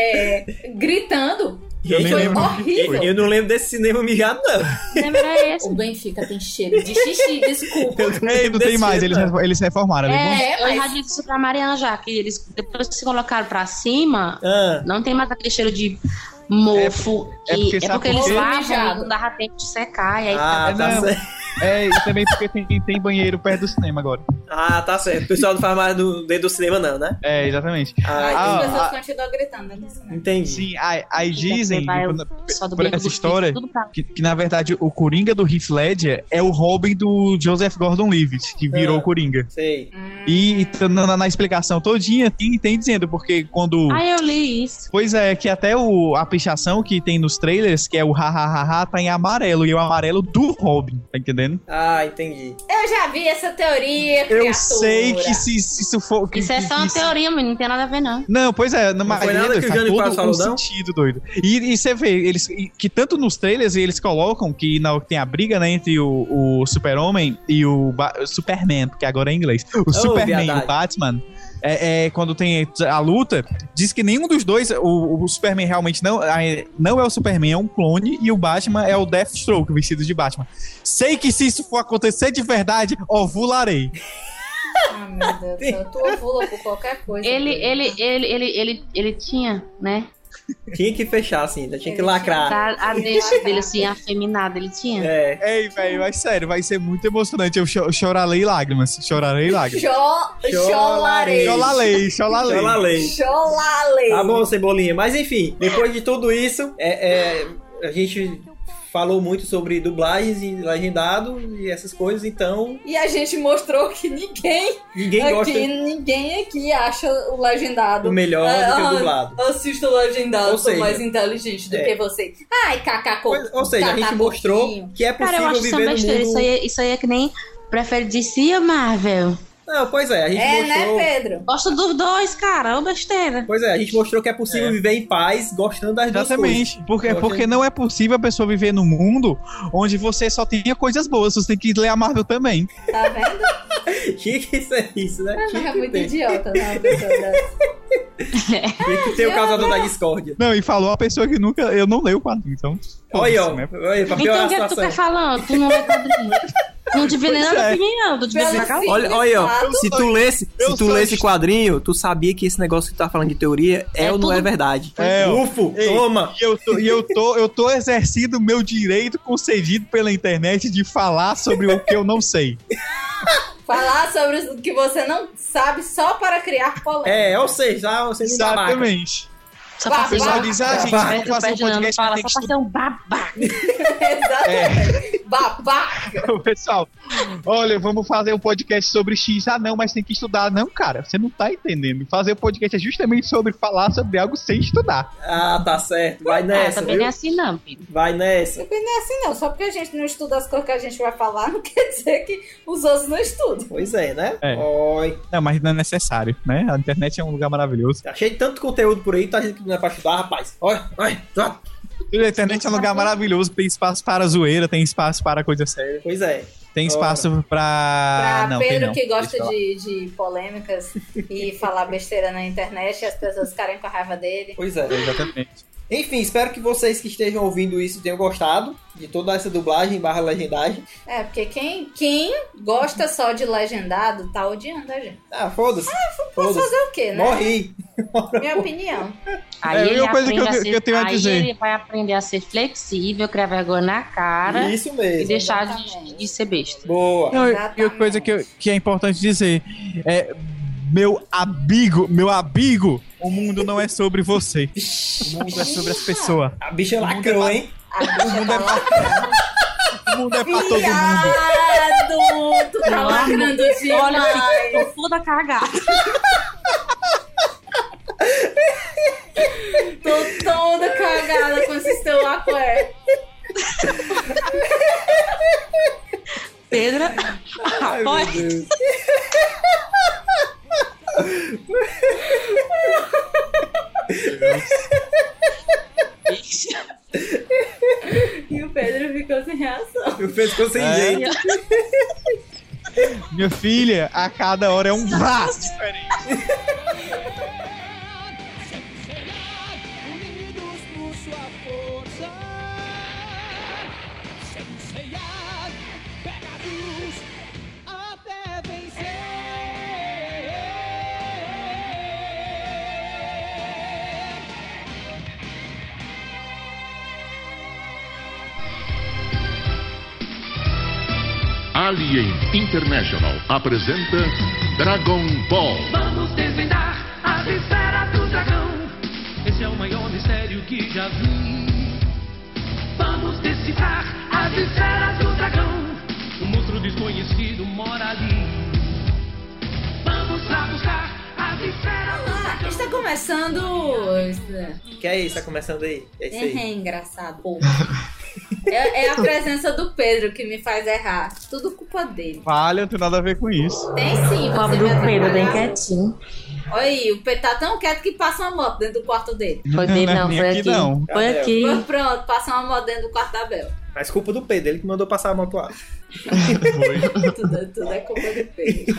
Speaker 1: é, gritando.
Speaker 8: Eu nem
Speaker 1: Foi
Speaker 8: lembro o que
Speaker 1: horrível.
Speaker 2: Eu não lembro desse cinema mijado, não.
Speaker 4: Lembra é esse?
Speaker 1: O Benfica tem cheiro de xixi, desculpa.
Speaker 2: Eu não
Speaker 8: Ei,
Speaker 2: lembro
Speaker 8: não tem
Speaker 2: desse
Speaker 8: mais, eles,
Speaker 2: filme, não.
Speaker 8: re- eles reformaram ali. bom?
Speaker 4: É,
Speaker 1: É, mas-
Speaker 4: eu já disse isso pra Mariana já, que eles depois que se colocaram pra cima,
Speaker 2: Ah,
Speaker 4: não tem mais aquele cheiro de mofo.
Speaker 8: É- é
Speaker 4: e-
Speaker 8: porque
Speaker 4: É porque,
Speaker 8: sabe por
Speaker 4: eles
Speaker 1: quê?
Speaker 4: lavam e
Speaker 1: Mijado.
Speaker 4: não dava tempo de secar. E aí
Speaker 2: ah,
Speaker 4: fica-
Speaker 2: tá
Speaker 8: não.
Speaker 2: certo.
Speaker 8: É, e também porque tem, tem banheiro perto do cinema agora.
Speaker 2: Ah, tá certo. O pessoal não faz mais do, dentro do cinema, não, né?
Speaker 8: É, exatamente.
Speaker 1: Aí
Speaker 2: Ah,
Speaker 8: Ah,
Speaker 1: as pessoas
Speaker 8: ah.
Speaker 1: continuam gritando né? no cinema.
Speaker 2: entendi.
Speaker 8: Sim, aí, aí
Speaker 4: fica-
Speaker 8: dizem,
Speaker 4: vai
Speaker 8: por,
Speaker 4: o pessoal do
Speaker 8: por
Speaker 4: Beco
Speaker 8: essa
Speaker 4: dos
Speaker 8: história, Uh.
Speaker 4: Filhos, tudo pra-
Speaker 8: que, que, na verdade o Coringa do Heath Ledger é o Robin do Joseph Gordon-Levitt, que virou
Speaker 2: Ah.
Speaker 8: o Coringa.
Speaker 2: Sei.
Speaker 8: E, e tá na, na- na explicação todinha tem, tem dizendo, porque quando...
Speaker 4: Ah, eu li isso.
Speaker 8: Pois é, que até o, a pichação que tem nos trailers, que é o hahaha, tá em amarelo, e é o amarelo do Robin, tá entendendo?
Speaker 2: Ah, entendi.
Speaker 1: Eu já vi essa teoria,
Speaker 8: Eu
Speaker 1: criatura.
Speaker 8: sei que se, se isso for. Que,
Speaker 4: Isso é
Speaker 8: que- que
Speaker 4: só uma
Speaker 8: isso-
Speaker 4: teoria, menino, não tem nada a ver, não.
Speaker 8: Não, pois é, não, mas
Speaker 2: foi nada
Speaker 8: ele
Speaker 2: que o
Speaker 8: faz
Speaker 2: Jânio
Speaker 8: todo
Speaker 2: Quadros
Speaker 8: um
Speaker 2: falou, não?
Speaker 8: sentido, doido. E, e você vê, eles, e- que tanto nos trailers eles colocam que na, tem a briga né, entre o, o Super-Homem e o, Ba- o Superman, porque agora é em inglês. O
Speaker 2: Oh,
Speaker 8: Superman e
Speaker 2: viadagem.
Speaker 8: o Batman. É, é, quando tem a luta, diz que nenhum dos dois, o, o Superman realmente não, é- não é o Superman, é um clone, e o Batman é o Deathstroke, vestido de Batman. Sei que se isso for acontecer de verdade, ovularei.
Speaker 1: Ah, meu Deus do céu, tu ovula por qualquer coisa.
Speaker 4: Ele,
Speaker 1: Pedro.
Speaker 4: ele, ele, ele, ele, ele tinha, né?
Speaker 2: Tinha que fechar, assim, né? tinha que
Speaker 1: Ele
Speaker 2: lacrar.
Speaker 4: A, a deixa dele assim, afeminada, ele tinha.
Speaker 2: É.
Speaker 8: Ei, velho, mas sério, vai ser muito emocionante. Eu cho- chorarei lágrimas. Chorarei lágrimas.
Speaker 1: Jo-
Speaker 2: Cholarei.
Speaker 1: Cholarei.
Speaker 8: Cholalei, cholalei.
Speaker 2: Pela lei.
Speaker 1: Cholalei.
Speaker 2: Tá bom, Cebolinha. Mas enfim, depois de tudo isso, é, é, a gente falou muito sobre dublagens e legendado e essas coisas, então
Speaker 1: E a gente mostrou que ninguém
Speaker 2: ninguém
Speaker 1: aqui,
Speaker 2: gosta
Speaker 1: ninguém aqui acha o
Speaker 2: do
Speaker 1: legendado.
Speaker 2: melhor do que
Speaker 1: Ah,
Speaker 2: o dublado.
Speaker 1: Assista o legendado,
Speaker 2: Ou
Speaker 1: sou
Speaker 2: seja,
Speaker 1: mais inteligente do
Speaker 2: é.
Speaker 1: que você. Ai, cacacô.
Speaker 2: Pois- Ou seja, a gente
Speaker 1: Cacacô.
Speaker 2: mostrou que é
Speaker 4: Cara,
Speaker 2: possível
Speaker 4: eu acho isso uma
Speaker 2: viver no
Speaker 4: besteira. Isso aí,
Speaker 2: mundo.
Speaker 4: é- isso aí é que nem prefere DC ou Marvel.
Speaker 2: Não, pois é, a gente
Speaker 1: É,
Speaker 2: mostrou...
Speaker 1: né, Pedro?
Speaker 4: Gosta dos dois, cara. Ô, besteira.
Speaker 2: Pois é, a gente mostrou que é possível viver em paz gostando das duas coisas.
Speaker 8: Exatamente. Porque,
Speaker 2: Eu achei-
Speaker 8: porque não é possível a pessoa viver num mundo onde você só tinha coisas boas, você tem que ler a Marvel também.
Speaker 1: Tá vendo?
Speaker 2: Tinha que ser isso, né?
Speaker 1: Mas
Speaker 2: Tinha
Speaker 1: é
Speaker 2: que
Speaker 1: muito
Speaker 2: ter.
Speaker 1: idiota, né? uma pessoa dessa.
Speaker 2: Tinha que ter o causador da discórdia.
Speaker 8: Não, e falou a pessoa que nunca. Eu não leio o quadrinho, então.
Speaker 2: Olha, aí, ó.
Speaker 8: foda-se, né?
Speaker 2: Olha, aí, pra piorar
Speaker 4: Então o
Speaker 2: a
Speaker 4: que, é que tu
Speaker 2: situação.
Speaker 4: quer falando? Tu não é quadrinho. Não divide nem
Speaker 8: Pois
Speaker 4: a
Speaker 8: é.
Speaker 4: opinião, tu divide na cabeça.
Speaker 2: Olha, olha, aí, ó,
Speaker 1: Exato.
Speaker 2: se tu lesse,
Speaker 8: Eu
Speaker 2: se tu
Speaker 8: sou
Speaker 2: lesse
Speaker 8: est-
Speaker 2: quadrinho, tu sabia que esse negócio que tu tá falando de teoria é,
Speaker 4: É
Speaker 2: ou não é
Speaker 4: tudo-
Speaker 2: verdade.
Speaker 8: É, ó.
Speaker 2: Ufo,
Speaker 8: Ei,
Speaker 2: toma!
Speaker 8: E eu tô, e eu tô, eu tô exercendo o meu direito concedido pela internet de falar sobre o que eu não sei.
Speaker 1: Falar sobre o que você não sabe só para criar polêmica.
Speaker 2: É, ou seja, ah, você não babaca.
Speaker 8: Exatamente.
Speaker 4: Só pra ser
Speaker 8: Pessoal
Speaker 1: Babaca.
Speaker 4: babaca.
Speaker 8: diz, ah, gente, vamos
Speaker 4: Roberto
Speaker 8: fazer um
Speaker 4: Ferdinando
Speaker 8: podcast que
Speaker 4: fala
Speaker 8: tem que
Speaker 4: só pra ser um babaca.
Speaker 2: É,
Speaker 1: Exatamente. Babaca.
Speaker 8: estudar, Então, pessoal. Olha, vamos fazer um podcast sobre X. Ah, não, mas tem que estudar. Não, cara, você não tá entendendo. Fazer um podcast é justamente sobre falar sobre algo sem estudar.
Speaker 2: Ah, tá certo. Vai
Speaker 4: Ah,
Speaker 2: nessa,
Speaker 4: também não
Speaker 2: viu?
Speaker 4: é assim, não, filho.
Speaker 2: Vai nessa.
Speaker 1: Porque não é assim, não. Só porque a gente não estuda as coisas que a gente vai falar, não quer dizer que os outros não estudam.
Speaker 2: Pois é, né?
Speaker 8: É.
Speaker 2: Oi.
Speaker 8: Não, mas não é necessário, né? A internet é um lugar maravilhoso.
Speaker 2: Tá cheio de tanto conteúdo por aí, tá gente que não é pra estudar, rapaz. Olha, tá. olha, olha.
Speaker 8: A internet é um lugar maravilhoso, tem espaço para zoeira, tem espaço para coisa séria,
Speaker 2: Pois é.
Speaker 8: tem espaço pra.
Speaker 2: Ah,
Speaker 1: Pra
Speaker 8: não, tem
Speaker 1: Pedro
Speaker 8: não.
Speaker 1: que gosta
Speaker 8: Deixa eu
Speaker 1: de, de polêmicas e falar besteira na internet e as pessoas ficarem com a raiva dele.
Speaker 2: Pois é.
Speaker 8: falar. Exatamente.
Speaker 2: Enfim, espero que vocês que estejam ouvindo isso tenham gostado de toda essa dublagem barra legendagem.
Speaker 1: É, porque quem, quem gosta só de legendado tá odiando a gente.
Speaker 2: Ah, foda-se.
Speaker 1: Posso
Speaker 2: foda-se.
Speaker 1: fazer o quê, né?
Speaker 2: Morri.
Speaker 1: Minha opinião.
Speaker 4: Aí
Speaker 8: É, a
Speaker 4: ele
Speaker 8: única coisa que eu
Speaker 4: aprende
Speaker 8: te-
Speaker 4: ser-
Speaker 8: que eu tenho a
Speaker 4: aí
Speaker 8: dizer.
Speaker 4: ele vai aprender a ser flexível, criar vergonha na cara
Speaker 2: Isso
Speaker 4: e
Speaker 2: mesmo.
Speaker 4: deixar de,
Speaker 1: Exatamente.
Speaker 4: de ser besta.
Speaker 2: Boa.
Speaker 8: Não, e- e
Speaker 1: Exatamente.
Speaker 8: uma coisa que, eu- que é importante dizer é. Meu amigo, meu amigo, o mundo não é sobre você. O mundo é sobre as pessoas.
Speaker 2: A bicha lacrou, hein?
Speaker 8: O mundo é
Speaker 1: tá
Speaker 8: pra, o mundo é pra todo mundo.
Speaker 1: Viado! Tu tá lacrando
Speaker 4: Olha,
Speaker 1: demais.
Speaker 4: eu tô toda cagada.
Speaker 1: Tô toda cagada com esse teu aqué.
Speaker 4: Pedra, apoia.
Speaker 1: E o Pedro ficou sem reação.
Speaker 2: Eu fez com
Speaker 8: É.
Speaker 2: sem jeito.
Speaker 8: Minha filha, a cada hora é um vá diferente.
Speaker 9: Alien International apresenta Dragon Ball.
Speaker 12: Vamos desvendar a esfera do dragão. Esse é o maior mistério que já vi. Vamos decifrar as esferas do dragão. Um monstro desconhecido mora ali. Vamos lá buscar as esferas do dragão.
Speaker 1: Ah, está começando.
Speaker 2: Que é isso? Tá começando aí? É isso
Speaker 1: É, é
Speaker 2: aí.
Speaker 1: engraçado. pô. É, é a presença do Pedro que me faz errar. Tudo culpa dele.
Speaker 8: Falha, não tem nada a ver com isso.
Speaker 1: Tem sim,
Speaker 4: O pobre
Speaker 1: você
Speaker 4: do
Speaker 1: me
Speaker 4: Pedro, bem
Speaker 1: atrapalhar.
Speaker 4: quietinho.
Speaker 1: Olha aí, o Pedro tá tão quieto que passa uma moto dentro do quarto dele.
Speaker 4: Foi dele, não,
Speaker 8: Nem
Speaker 4: foi
Speaker 8: aqui,
Speaker 4: aqui.
Speaker 8: não.
Speaker 4: Foi aqui.
Speaker 1: Pô, Pronto, passa uma moto dentro do quarto da Bel.
Speaker 2: Mas culpa do Pedro, ele que mandou passar a moto lá.
Speaker 1: Tudo, tudo é culpa do Pedro.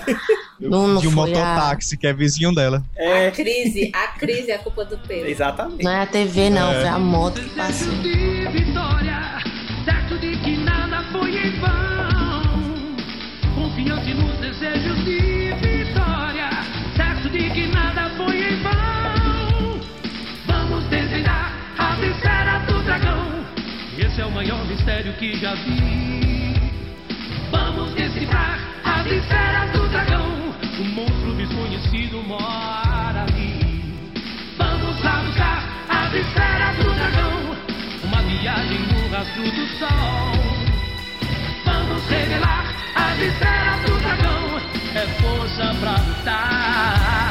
Speaker 4: Não, não
Speaker 8: de um
Speaker 4: foi ah. a...
Speaker 8: mototáxi, que é vizinho dela.
Speaker 1: A crise, a crise é culpa do Ah, Pedro.
Speaker 2: É, Exatamente.
Speaker 4: Não é a TV, não, foi a moto que passou.
Speaker 12: Desejo de vitória, certo de que nada foi em vão. Confiante nos desejos de vitória, certo de que nada foi em vão. Vamos desvendar a esfera do dragão. Esse é o maior mistério que já vi. Vamos decifrar as esferas do dragão. Um monstro desconhecido mora ali. Vamos lá buscar as esferas do dragão. Uma viagem no rastro do sol. Vamos revelar as esferas do dragão. É força pra lutar. É